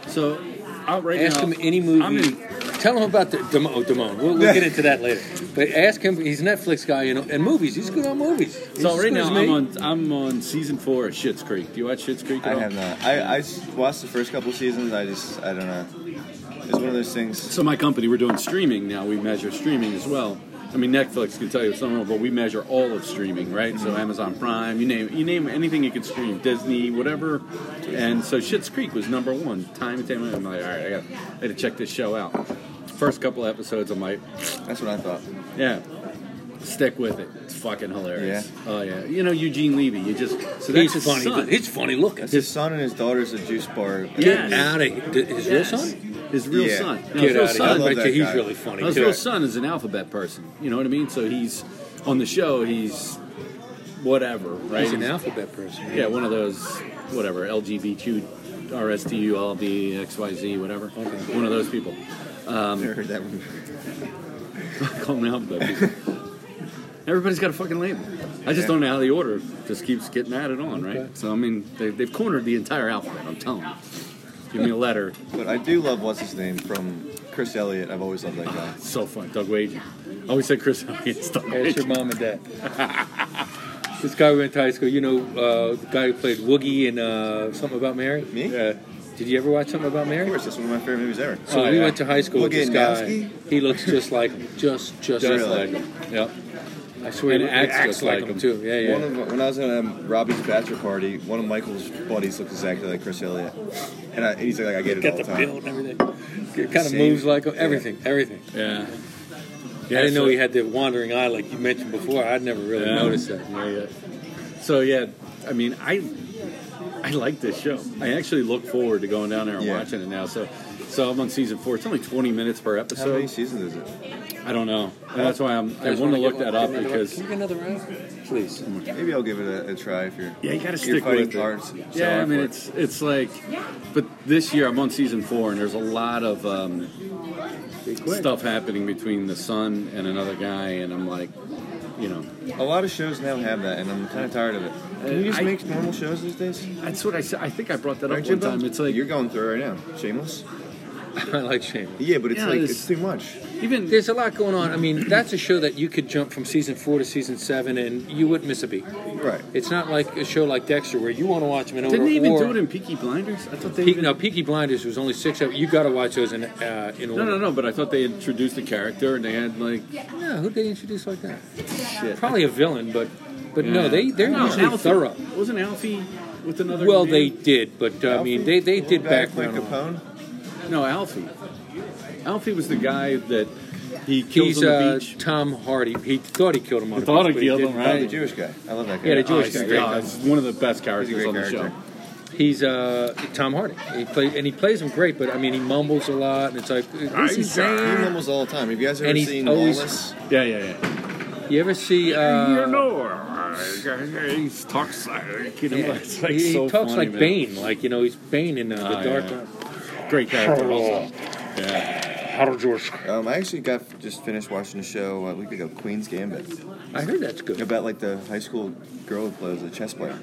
A: too. So, out right
C: Ask
A: now.
C: him any movie.
A: I'm in-
C: Tell him about the Damone. Oh, Damone. We'll, we'll get into that later. But ask him. He's a Netflix guy, you know, and movies. He's good on movies. He's
A: so,
C: as
A: right
C: good as
A: now,
C: me.
A: I'm on, I'm on season four of Shit's Creek. Do you watch Shit's Creek at
B: I
A: all?
B: have not. I, I s- watched the first couple seasons. I just I don't know. It's one of those things.
A: So my company, we're doing streaming now. We measure streaming as well. I mean, Netflix can tell you something, but we measure all of streaming, right? So Amazon Prime, you name you name anything you can stream, Disney, whatever. And so Shit's Creek was number one, time and time again. I'm like, all right, I got, I got to check this show out. First couple episodes, I'm like,
B: That's what I thought.
A: yeah, stick with it. It's fucking hilarious.
B: Yeah.
A: Oh yeah, you know Eugene Levy. You just so that's
C: He's
A: his
C: funny.
A: son.
C: He's funny looking.
B: That's his son and his daughter's a juice bar.
A: Yes.
C: Get out of here. His
A: Yes.
C: real son?
A: His real
B: Yeah.
A: son. No, his
C: Get
A: real
C: out of
A: son-
B: I
C: here.
B: love
C: Right
B: that
C: there. He's
B: guy.
C: really funny,
A: His
C: too.
A: real son is an alphabet person. You know what I mean? So he's on the show. He's whatever, right?
C: He's an alphabet person.
A: yeah, one of those whatever LGBTQ RSTULD, XYZ, whatever. One of those people.
B: I've never heard that one.
A: Call me out, but everybody's got a fucking label. I just don't know how the order just keeps getting added on, right?
C: Okay.
A: So I mean, they, they've cornered the entire alphabet. I'm telling you. Give me a letter.
B: But I do love what's his name from Chris Elliott. I've always loved that guy.
A: It's so fun, Doug Wade. I always said Chris Elliott. Doug
C: Ask
A: Wade.
C: your mom and dad. this guy we went to high school. You know, uh, the guy who played Woogie in uh, Something About Mary.
B: Me?
C: Yeah. Did you ever watch Something About
B: Of
C: Mary?
B: course, that's one of my favorite movies ever.
C: So
A: Oh,
C: we
A: yeah.
C: went to high school with
B: Woogie
C: this guy.
B: Annowski?
C: He looks just like him. Just, just,
B: Just
C: like
B: like
C: him.
A: Yep.
C: I swear,
A: And
C: he
A: acts
C: acts,
A: just
C: like,
A: like
C: him
A: him.
C: too. Yeah, yeah.
B: One of, when I was at um, Robbie's bachelor party, one of Michael's buddies looked exactly like Chris Elliott, and, I, and he's like, "I get it
D: Got
B: all
D: the
B: the
D: bill
B: time."
D: and everything.
C: it kind of
B: same.
C: moves like him.
B: Yeah.
C: Everything, everything.
A: Yeah.
C: I didn't know he had the wandering eye like you mentioned before. I'd never really
A: Yeah.
C: noticed that.
A: Yeah, yeah. So yeah, I mean, I I like this show. I actually look forward to going down there and
B: Yeah.
A: watching it now. So so I'm on season four. It's only 20 minutes per
B: How many
A: episode.
B: seasons is it?
A: I don't know. And that's why I'm. I want to look that up because
C: Can you get another round? Please.
B: Maybe I'll give it a, a try if you're.
A: yeah, you got to
B: You're
A: stick
B: fighting
A: with it.
B: cards, so
A: yeah, I
B: hard
A: mean
B: for it.
A: it's it's like, but this year I'm on season four and there's a lot of um, stuff happening between the son and another guy and I'm like, you know,
B: A lot of shows now have that, and I'm kind of tired of it. Can you just
A: Uh, I-
B: make normal shows these days?
A: that's what I said. I think I brought that up
B: Right,
A: one
B: Jimbo?
A: time. It's like
B: you're going through it right now. Shameless.
C: I like Shane.
B: Yeah, but it's
A: Yeah,
B: like
A: it's-
B: it's too much.
A: even
C: There's a lot going on. I mean, that's a show that you could jump from season four to season seven and you wouldn't miss a beat.
B: Right.
C: It's not like a show like Dexter where you want to watch them in order.
A: Didn't they even
C: or
A: do it in Peaky Blinders? I thought they
C: Pe-
A: even,
C: no, Peaky Blinders was only six. Of, you got to watch those in uh, in order.
A: no, no, no. But I thought they introduced the character and they had like
C: Yeah, who did they introduce like that?
B: Shit.
C: Probably a villain, but but
A: yeah.
C: no, they they're
A: No,
C: usually
A: Alfie.
C: thorough.
A: Wasn't Alfie with another?
C: Well,
A: man?
C: they did, but uh, I mean, they they did uh,
B: Guy who played
C: background. on-
B: Capone.
A: no Alfie. Alfie was the guy that he kills
C: He's
A: on the
C: uh,
A: beach.
C: Tom Hardy. He thought he killed him on the
A: thought
C: beach,
A: he
C: but
A: killed him,
C: didn't.
A: right?
B: Oh, the Jewish guy. I love that guy.
C: Yeah, the
A: Oh,
C: Jewish
A: he's,
C: guy.
A: a great guy. He's one of the best characters
B: great
A: on the
B: character.
A: show.
C: He's uh, Tom Hardy. He play and he plays him great, but I mean, he mumbles a lot, and it's like what's he
B: He
C: saying?
B: mumbles all the time. Have you guys ever
C: And he's
B: seen
C: always-
B: Lawless?
A: Yeah, yeah, yeah.
C: You ever see? Uh,
A: know, he talks like you know,
C: yeah,
A: it's like
C: he,
A: so
C: he talks
A: funny,
C: like
A: man.
C: Bane, like you know, he's Bane in uh, the
A: Ah,
C: Dark.
A: yeah.
C: Knight.
A: Great character. Also.
B: Um, I actually got just finished watching a show a week ago, Queen's Gambit,
C: I heard that's good.
B: about like the high school girl who plays a chess player.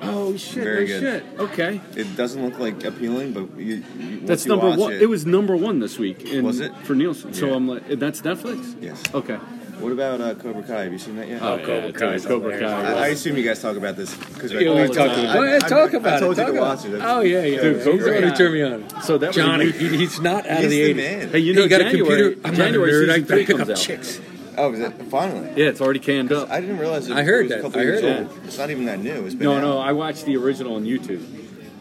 A: Oh shit!
B: Very
A: no
B: good.
A: shit. Okay.
B: It doesn't look like appealing, but you, you, once
A: That's
B: you
A: number
B: watch
A: one.
B: It,
A: It. was number one this week. In,
B: Was it?
A: for Nielsen? So
B: Yeah.
A: I'm like, that's Netflix.
B: Yes.
A: Okay.
B: What about uh, Cobra Kai? Have you seen that yet?
A: Oh, Cobra Kai. Cobra
B: I, I
A: Kai.
B: assume you guys talk about this because
C: Yeah, we talked about it. Well, Oh, yeah, talk about
B: I told
C: it.
B: you
C: talk
B: to
C: about
B: watch
C: it.
B: it.
C: Oh yeah, yeah.
A: Dude,
C: yeah.
A: Cobra
C: He's the one who
A: Kai.
C: turned me on.
A: So that was
C: Johnny,
A: a-
C: he, he's not out
B: He's
C: of the
B: the
C: eighties.
B: man.
A: Hey, you
C: he
A: know
C: got
A: January,
C: a computer. I'm
A: January
C: not a nerd.
A: season
C: I can
A: three
C: pick
A: comes
C: up
A: out.
C: chicks.
B: Oh, is it finally?
A: Yeah, it's already canned up.
B: I didn't realize. It
C: I heard
B: was
C: that.
B: A couple
C: I
B: years
C: heard
B: old. It's not even that new. It's been
A: No,
B: out.
A: no. I watched the original on YouTube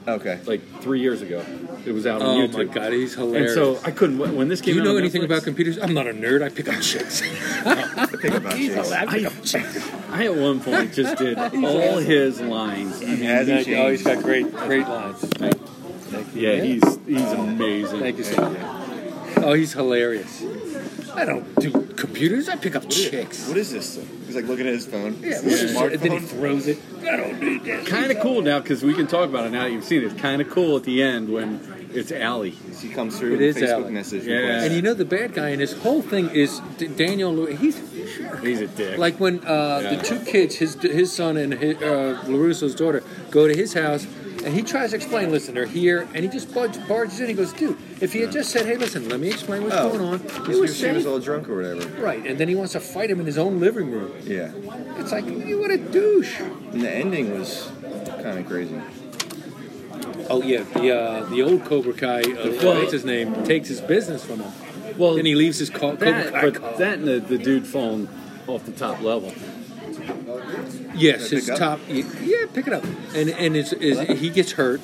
B: Okay.
A: like three years ago. It was out on
C: Oh
A: YouTube.
C: my god, he's
A: And
C: hilarious.
A: so I couldn't. When this
C: do
A: came
C: you
A: out,
C: know
A: on
C: anything
A: Netflix,
C: about computers? I'm not a nerd. I pick up chicks.
B: Think about chicks.
A: I, I at one point just did all his lines. I mean,
B: Hasn't
C: Thank you. Oh, he's
B: changed.
C: got great, great lines.
A: yeah, he's he's amazing.
C: Thank you so much. Oh, he's hilarious. I don't do computers. I pick up chicks.
B: What is this? thing? He's like looking at his phone.
C: Yeah,
B: His
C: what is it? And then he
B: smartphone.
C: throws it.
A: Kind of cool now because we can talk about it now that you've seen it. It's kind of cool at the end when it's Allie.
B: He comes through
C: It
B: with
C: is
B: Facebook
C: Alec.
B: message.
A: Yeah.
B: request.
C: And you know the bad guy in this whole thing is D- Daniel. Lew- He's
A: He's a dick.
C: Like when uh,
A: Yeah.
C: the two kids, his his son and his, uh, Larusso's daughter, go to his house, and he tries to explain. Listen, they're here, and he just barges, barges in. He goes, "Dude, if he had just said, hey, listen, let me explain what's
B: Oh,
C: going on,'
B: He
C: it
B: was,
C: was
B: she
C: safe,
B: was all drunk or whatever.
C: right?" And then he wants to fight him in his own living room.
B: Yeah.
C: It's like you what a douche.
B: And the ending was kind of crazy.
C: Oh yeah, the uh, the old Cobra Kai, uh,
A: Well-
C: what's his name, takes his business from him.
A: well,
C: Then he leaves his co- Cobra
A: that,
C: Kai.
A: but that and the, the dude falling off the top level.
C: Yes,
B: Pick
C: his
B: up?
C: top. Yeah, pick it up. And and his, his, he gets hurt.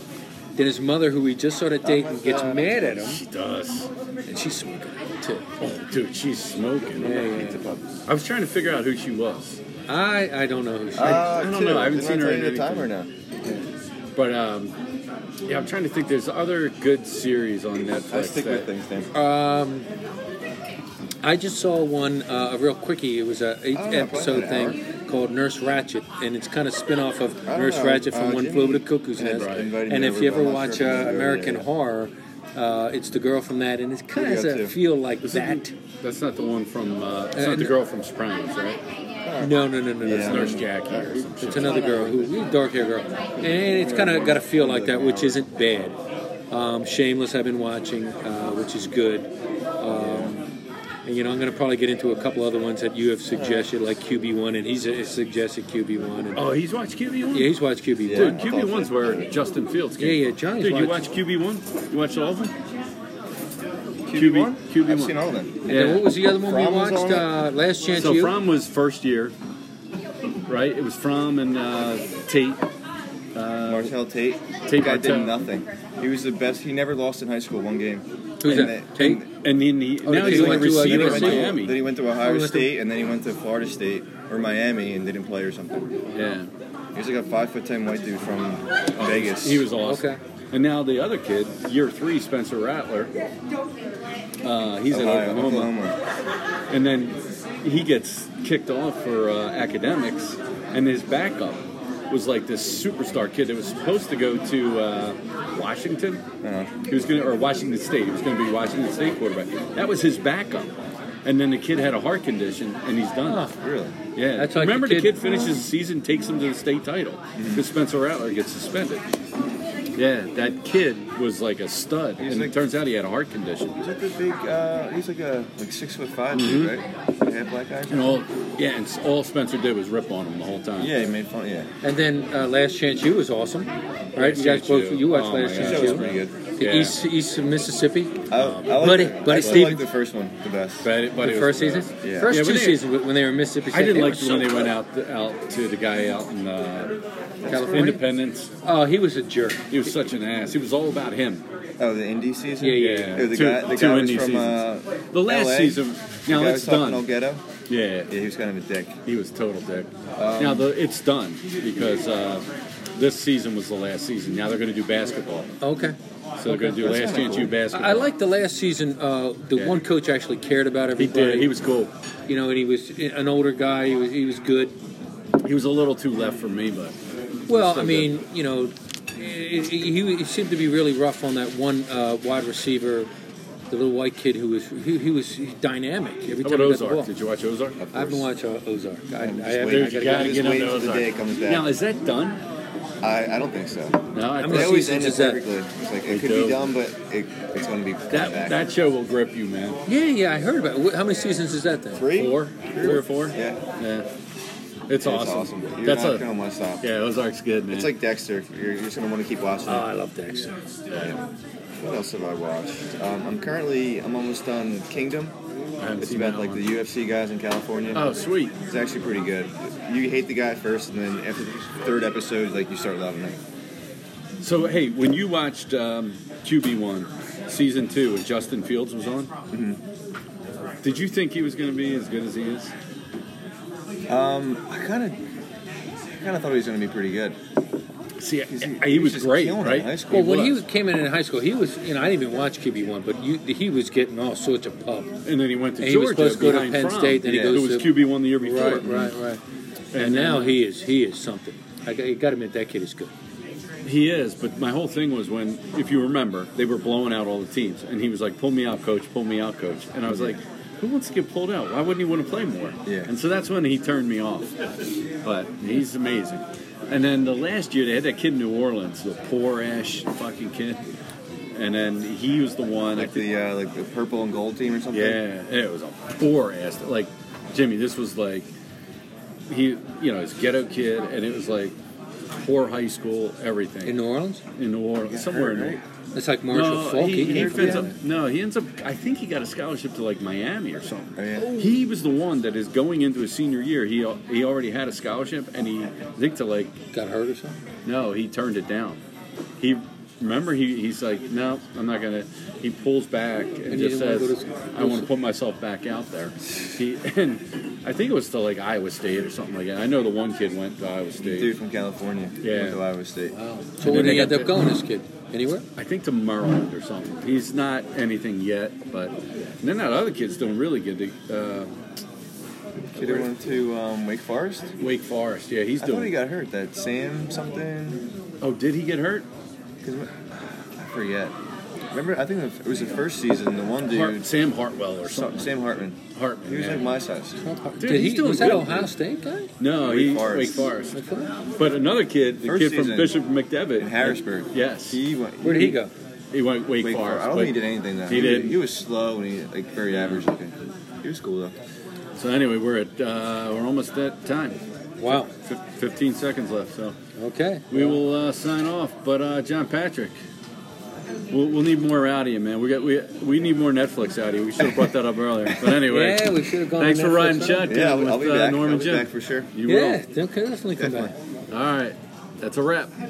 C: Then his mother, who he just saw at
B: Oh
C: date, and gets mad at him,
A: She does.
C: and she's smoking too.
A: Oh, dude, she's smoking.
C: Yeah, yeah.
A: I was trying to figure out who she was,
C: I I don't know who she.
B: Uh,
A: I don't know. I haven't seen her in
B: any
A: anything.
B: time or now.
A: but um, yeah, I'm trying to think. There's other good series on Netflix.
B: I stick with
A: that-
B: things, Dan.
C: um, I just saw one uh, a real quickie. It was a eight
B: I don't know,
C: episode
B: probably an
C: thing called Nurse Ratchet, and it's kind of spin off of
B: I don't
C: Nurse
B: know.
C: Ratchet from
B: Uh,
C: One
B: Jimmy
C: Flew Over the Cuckoo's
B: had
C: Nest.
B: invited me
C: And if
B: over,
C: you
B: but
C: ever
B: I'm not
C: watch
B: sure if
C: uh,
B: he's over
C: American
B: yet.
C: Horror, uh, it's the girl from that, and it kind of
B: Yeah,
C: has a
B: too.
C: feel like
A: Isn't-
C: that.
A: That's not the one from. Uh, it's
C: Uh,
A: not the
C: no.
A: girl from Sopranos, right?
C: No, no, no, no,
B: Yeah.
C: no.
A: It's Nurse Jackie or some shit.
C: It's another girl who dark hair girl, and it's kind of got a feel like that, which isn't bad. Um, Shameless, I've been watching, uh, which is good. Um, and, you know, I'm going to probably get into a couple other ones that you have suggested, like QB One, and he's uh, suggested QB One. And,
A: Oh, he's watched QB one.
C: yeah, he's watched QB
A: Dude,
C: One.
B: Yeah.
A: QB one's where Justin Fields came.
C: Yeah, yeah,
A: from.
C: Johnny's
A: Dude, you
C: watched-
A: watch QB one? You watch all of them?
B: QB1?
A: QB1.
B: I've seen all of them.
C: And what was the other one we
B: Fromm was
C: watched
B: on it?
C: uh, last chance?
A: So
C: you?
A: Fromm was first year, right? It was Fromm and uh, Tate.
B: Martell Uh, Tate.
A: Tate
B: guy did
A: Martell.
B: nothing. He was the best. He never lost in high school one game.
C: Who's
B: And
C: that?
B: the-
C: Tate?
B: and-
A: And then he,
C: Oh,
A: now
C: did
A: he's
C: he
A: like
C: went to, uh,
B: Then
A: receiver
B: he,
A: in
B: went to,
C: USC?
A: Miami.
B: then he went to
C: Oh,
B: Ohio
C: he went to-
B: State, and then he went to Florida State or Miami, and didn't play or something.
A: yeah,
C: Oh.
B: He was like a five foot ten white dude from Vegas.
A: he was awesome.
C: Okay.
A: And now the other kid, year three, Spencer Rattler. Uh, he's
B: Ohio,
A: at Oklahoma.
B: Oklahoma.
A: and then he gets kicked off for uh, academics, and his backup was like this superstar kid that was supposed to go to uh, Washington.
B: Uh-huh.
A: He was going to or Washington State. He was going to be Washington State quarterback. That was his backup, and then the kid had a heart condition, and he's done.
B: Really?
A: Yeah,
C: That's like
A: remember
C: the
A: the
C: kid-
A: kid, finishes the season, takes him to the state title
B: Mm-hmm.
A: because Spencer Rattler gets suspended. Yeah, that kid was like a stud,
B: He's
A: and
B: like-
A: it turns out he had a heart condition.
B: He's like a big. Uh, he's like a like six foot 5 dude, right? Yeah, black guy.
A: And all, yeah, and s- all Spencer did was rip on him the whole time.
B: Yeah, he made fun. Yeah,
C: And then uh, Last Chance U was awesome. All right, you
A: Last
C: guys
A: Chance
C: both
A: U.
C: you Um, watched
A: Oh, my
C: Last
A: God.
B: that
C: Chance
B: was
C: U.
B: pretty good.
C: The
A: Yeah.
C: East East of Mississippi.
B: I, I like
C: Buddy-
B: the,
C: buddy
B: I
C: Steven-
B: like the first one the best.
A: But it, but
C: the
A: it
C: first
A: was,
C: season,
B: yeah.
C: first
A: Yeah,
C: two
A: when they-
C: seasons when they were in Mississippi.
A: I
C: State,
A: didn't
C: they
A: like
C: were
A: the- when they went out the, out to the guy out in uh,
C: California?
A: Independence.
C: Oh, he was a jerk.
A: Uh, He was such an ass. He was all about him.
B: Oh, the indie season.
C: Yeah, yeah.
A: Yeah,
B: Oh, the
A: two-
B: guy, the
A: two
B: guy was
A: indie
B: from uh,
A: seasons. The last
B: LA.
A: season-
B: The
A: now
B: guy
A: it's
B: was talking
A: done.
B: all ghetto.
A: Yeah,
B: Yeah, he was kind of a dick.
A: he was total dick.
C: Um,
A: now the, it's done because uh, this season was the last season. Now they're going to do basketball,
C: Okay,
A: so they're going to do
B: That's
A: last
B: kinda
A: chance you
B: cool.
A: basketball.
C: I, I like the last season. Uh, the
A: Yeah.
C: one coach actually cared about
A: He
C: everybody.
A: did. He was cool.
C: you know, and he was an older guy. He was he was good.
A: He was a little too left for me, but
C: Well,
A: Still
C: I mean, you know, he, he, he seemed to be really rough on that one uh, wide receiver, the little white kid who was he, he was dynamic every
A: how about
C: time he got the
A: Ozark?
C: ball.
A: Did you watch Ozark?
C: I haven't watched uh, Ozark. I, I
B: I'm just
C: haven't.
B: waiting. I'm
C: I gotta
A: gotta
B: just
A: get on to
B: waiting for the
A: Ozark.
B: day it comes back.
A: Now is that done?
B: I, I don't think so.
A: No, I
C: I'm
A: think
B: They
C: gonna
B: always
C: see
B: end it
C: since, uh,
B: perfectly. It's like
A: They
B: it could
A: do.
B: be done, but it, it's going to be coming
A: that
B: back.
A: that show will grip you, man.
C: Yeah, yeah, I heard about it. Wh- How many seasons is that then?
B: Three?
A: Four, three or four.
B: Yeah.
A: yeah. It's,
B: It's
A: awesome.
B: awesome. You're
A: That's
B: not
A: a
B: going to want to stop.
A: yeah. Uh, Ozark's good, man.
B: It's like Dexter. You're, you're just going to want to keep watching.
C: Oh,
B: it.
C: I love Dexter.
B: What else have I watched? Um, I'm currently I'm almost done Kingdom.
A: I haven't
B: It's
A: seen
B: about
A: that
B: like
A: one.
B: the UFC guys in California.
A: oh sweet.
B: It's actually pretty good. You hate the guy at first, and then after the third episode, like you start loving him.
A: So hey, when you watched um, QB one season two and Justin Fields was on,
B: Mm-hmm.
A: did you think he was going to be as good as he is?
B: I kind of, I kind of thought he was going to be pretty good.
A: See,
B: He's-
A: he,
B: he
A: was,
B: was just
A: great,
B: killing it in
A: right?
B: high school.
A: He
C: Well, when he
A: was.
C: came in in high school, he was, you know, I didn't even watch QB1, but you, he was getting all sorts of pub.
A: and then he went to
C: And he
A: Georgia
C: was supposed to go to
A: behind
C: Penn
A: Fromm,
C: State, then he
A: yeah,
C: goes
A: who was
C: to-
A: QB one the year before.
C: Right, right, right.
A: And,
C: And
A: now
C: now he is, he is something. I got, you got to admit, that kid is good.
A: He is, but my whole thing was when, if you remember, they were blowing out all the teams, and he was like, "Pull me out, coach! Pull me out, coach!" And I was like, "Who wants to get pulled out? Why wouldn't he want to play more?"
B: Yeah.
A: And so that's when he turned me off. But he's amazing. And then the last year they had that kid in New Orleans, the poor ass fucking kid, and then he was the one. I
B: Like
A: think,
B: the uh, like the purple and gold team or something.
A: yeah, it was a poor ass. Like Jimmy, this was like he, you know, his ghetto kid, and it was like poor high school, everything
C: In New Orleans?
A: in New Orleans, somewhere in.
B: hurt, right?
C: It's like Marshall Falk.
A: He,
C: he
A: he
C: came from
A: ends up,
C: down
A: no, he ends up. I think he got a scholarship to like Miami or something.
B: Oh, yeah?
A: He was the one that is going into his senior year. He al- he already had a scholarship, and he I think to like
C: there. got hurt or something.
A: no, he turned it down. He remember he, he's like no, I'm not gonna. He pulls back and,
C: And he
A: just
C: didn't wanna
A: says
C: go to-
A: I want to put myself back out there. He and I think it was to like Iowa State or something like that. I know the one kid went to Iowa State.
B: Dude from California.
A: Yeah.
B: Went to Iowa State.
A: And
C: Wow. So where
A: then
C: did he
A: they
C: end
A: got
C: up
A: the-
C: going, this kid? Anywhere?
A: I think to Maryland or something. He's not anything yet, but and then that other kid's doing really good. The, uh,
B: Kid who went to um, Wake Forest.
A: Wake Forest. Yeah, he's
B: I
A: doing.
B: thought he got hurt. That Sam something.
A: oh, did he get hurt?
B: 'Cause wh- I forget. Remember, I think it was the first season. The one dude,
A: Hart- Sam Hartwell or
B: Sa-
A: something.
B: Sam Hartman.
A: Hartman.
B: He was
A: yeah.
B: like my size.
A: Dude,
C: Did
A: he's
C: he,
A: doing
C: was that
A: good,
C: Ohio
A: dude.
C: State guy?
A: no,
B: Wake
A: he
B: Forest.
A: Wake Forest. But another kid, the
B: First
A: kid
B: season.
A: from Bishop McDevitt
B: In Harrisburg.
A: Yes,
B: He went.
C: Where did he go?
A: he went Wake,
B: Wake Forest.
A: Forest.
B: I don't
A: but-
B: think he did anything that.
A: He did.
B: He was slow and he like very average looking. He was cool though.
A: So anyway, we're at uh, we're almost at time.
C: Wow.
A: Fif- Fifteen seconds left. So
C: Okay.
A: we will uh, sign off. But uh, John Patrick, we'll, we'll need more out of you, man. We got we we need more Netflix out of you. We should have brought that up earlier. But anyway,
C: Yeah, we should have gone.
A: thanks
C: to
A: for
C: Netflix,
A: riding
C: huh?
A: shotgun
B: Yeah, I'll,
A: with
B: I'll be
A: uh,
B: back.
A: Norman
B: I'll be
A: Jim.
B: back for sure.
A: You
C: Yeah, they'll definitely come back.
A: will. All right, that's a wrap.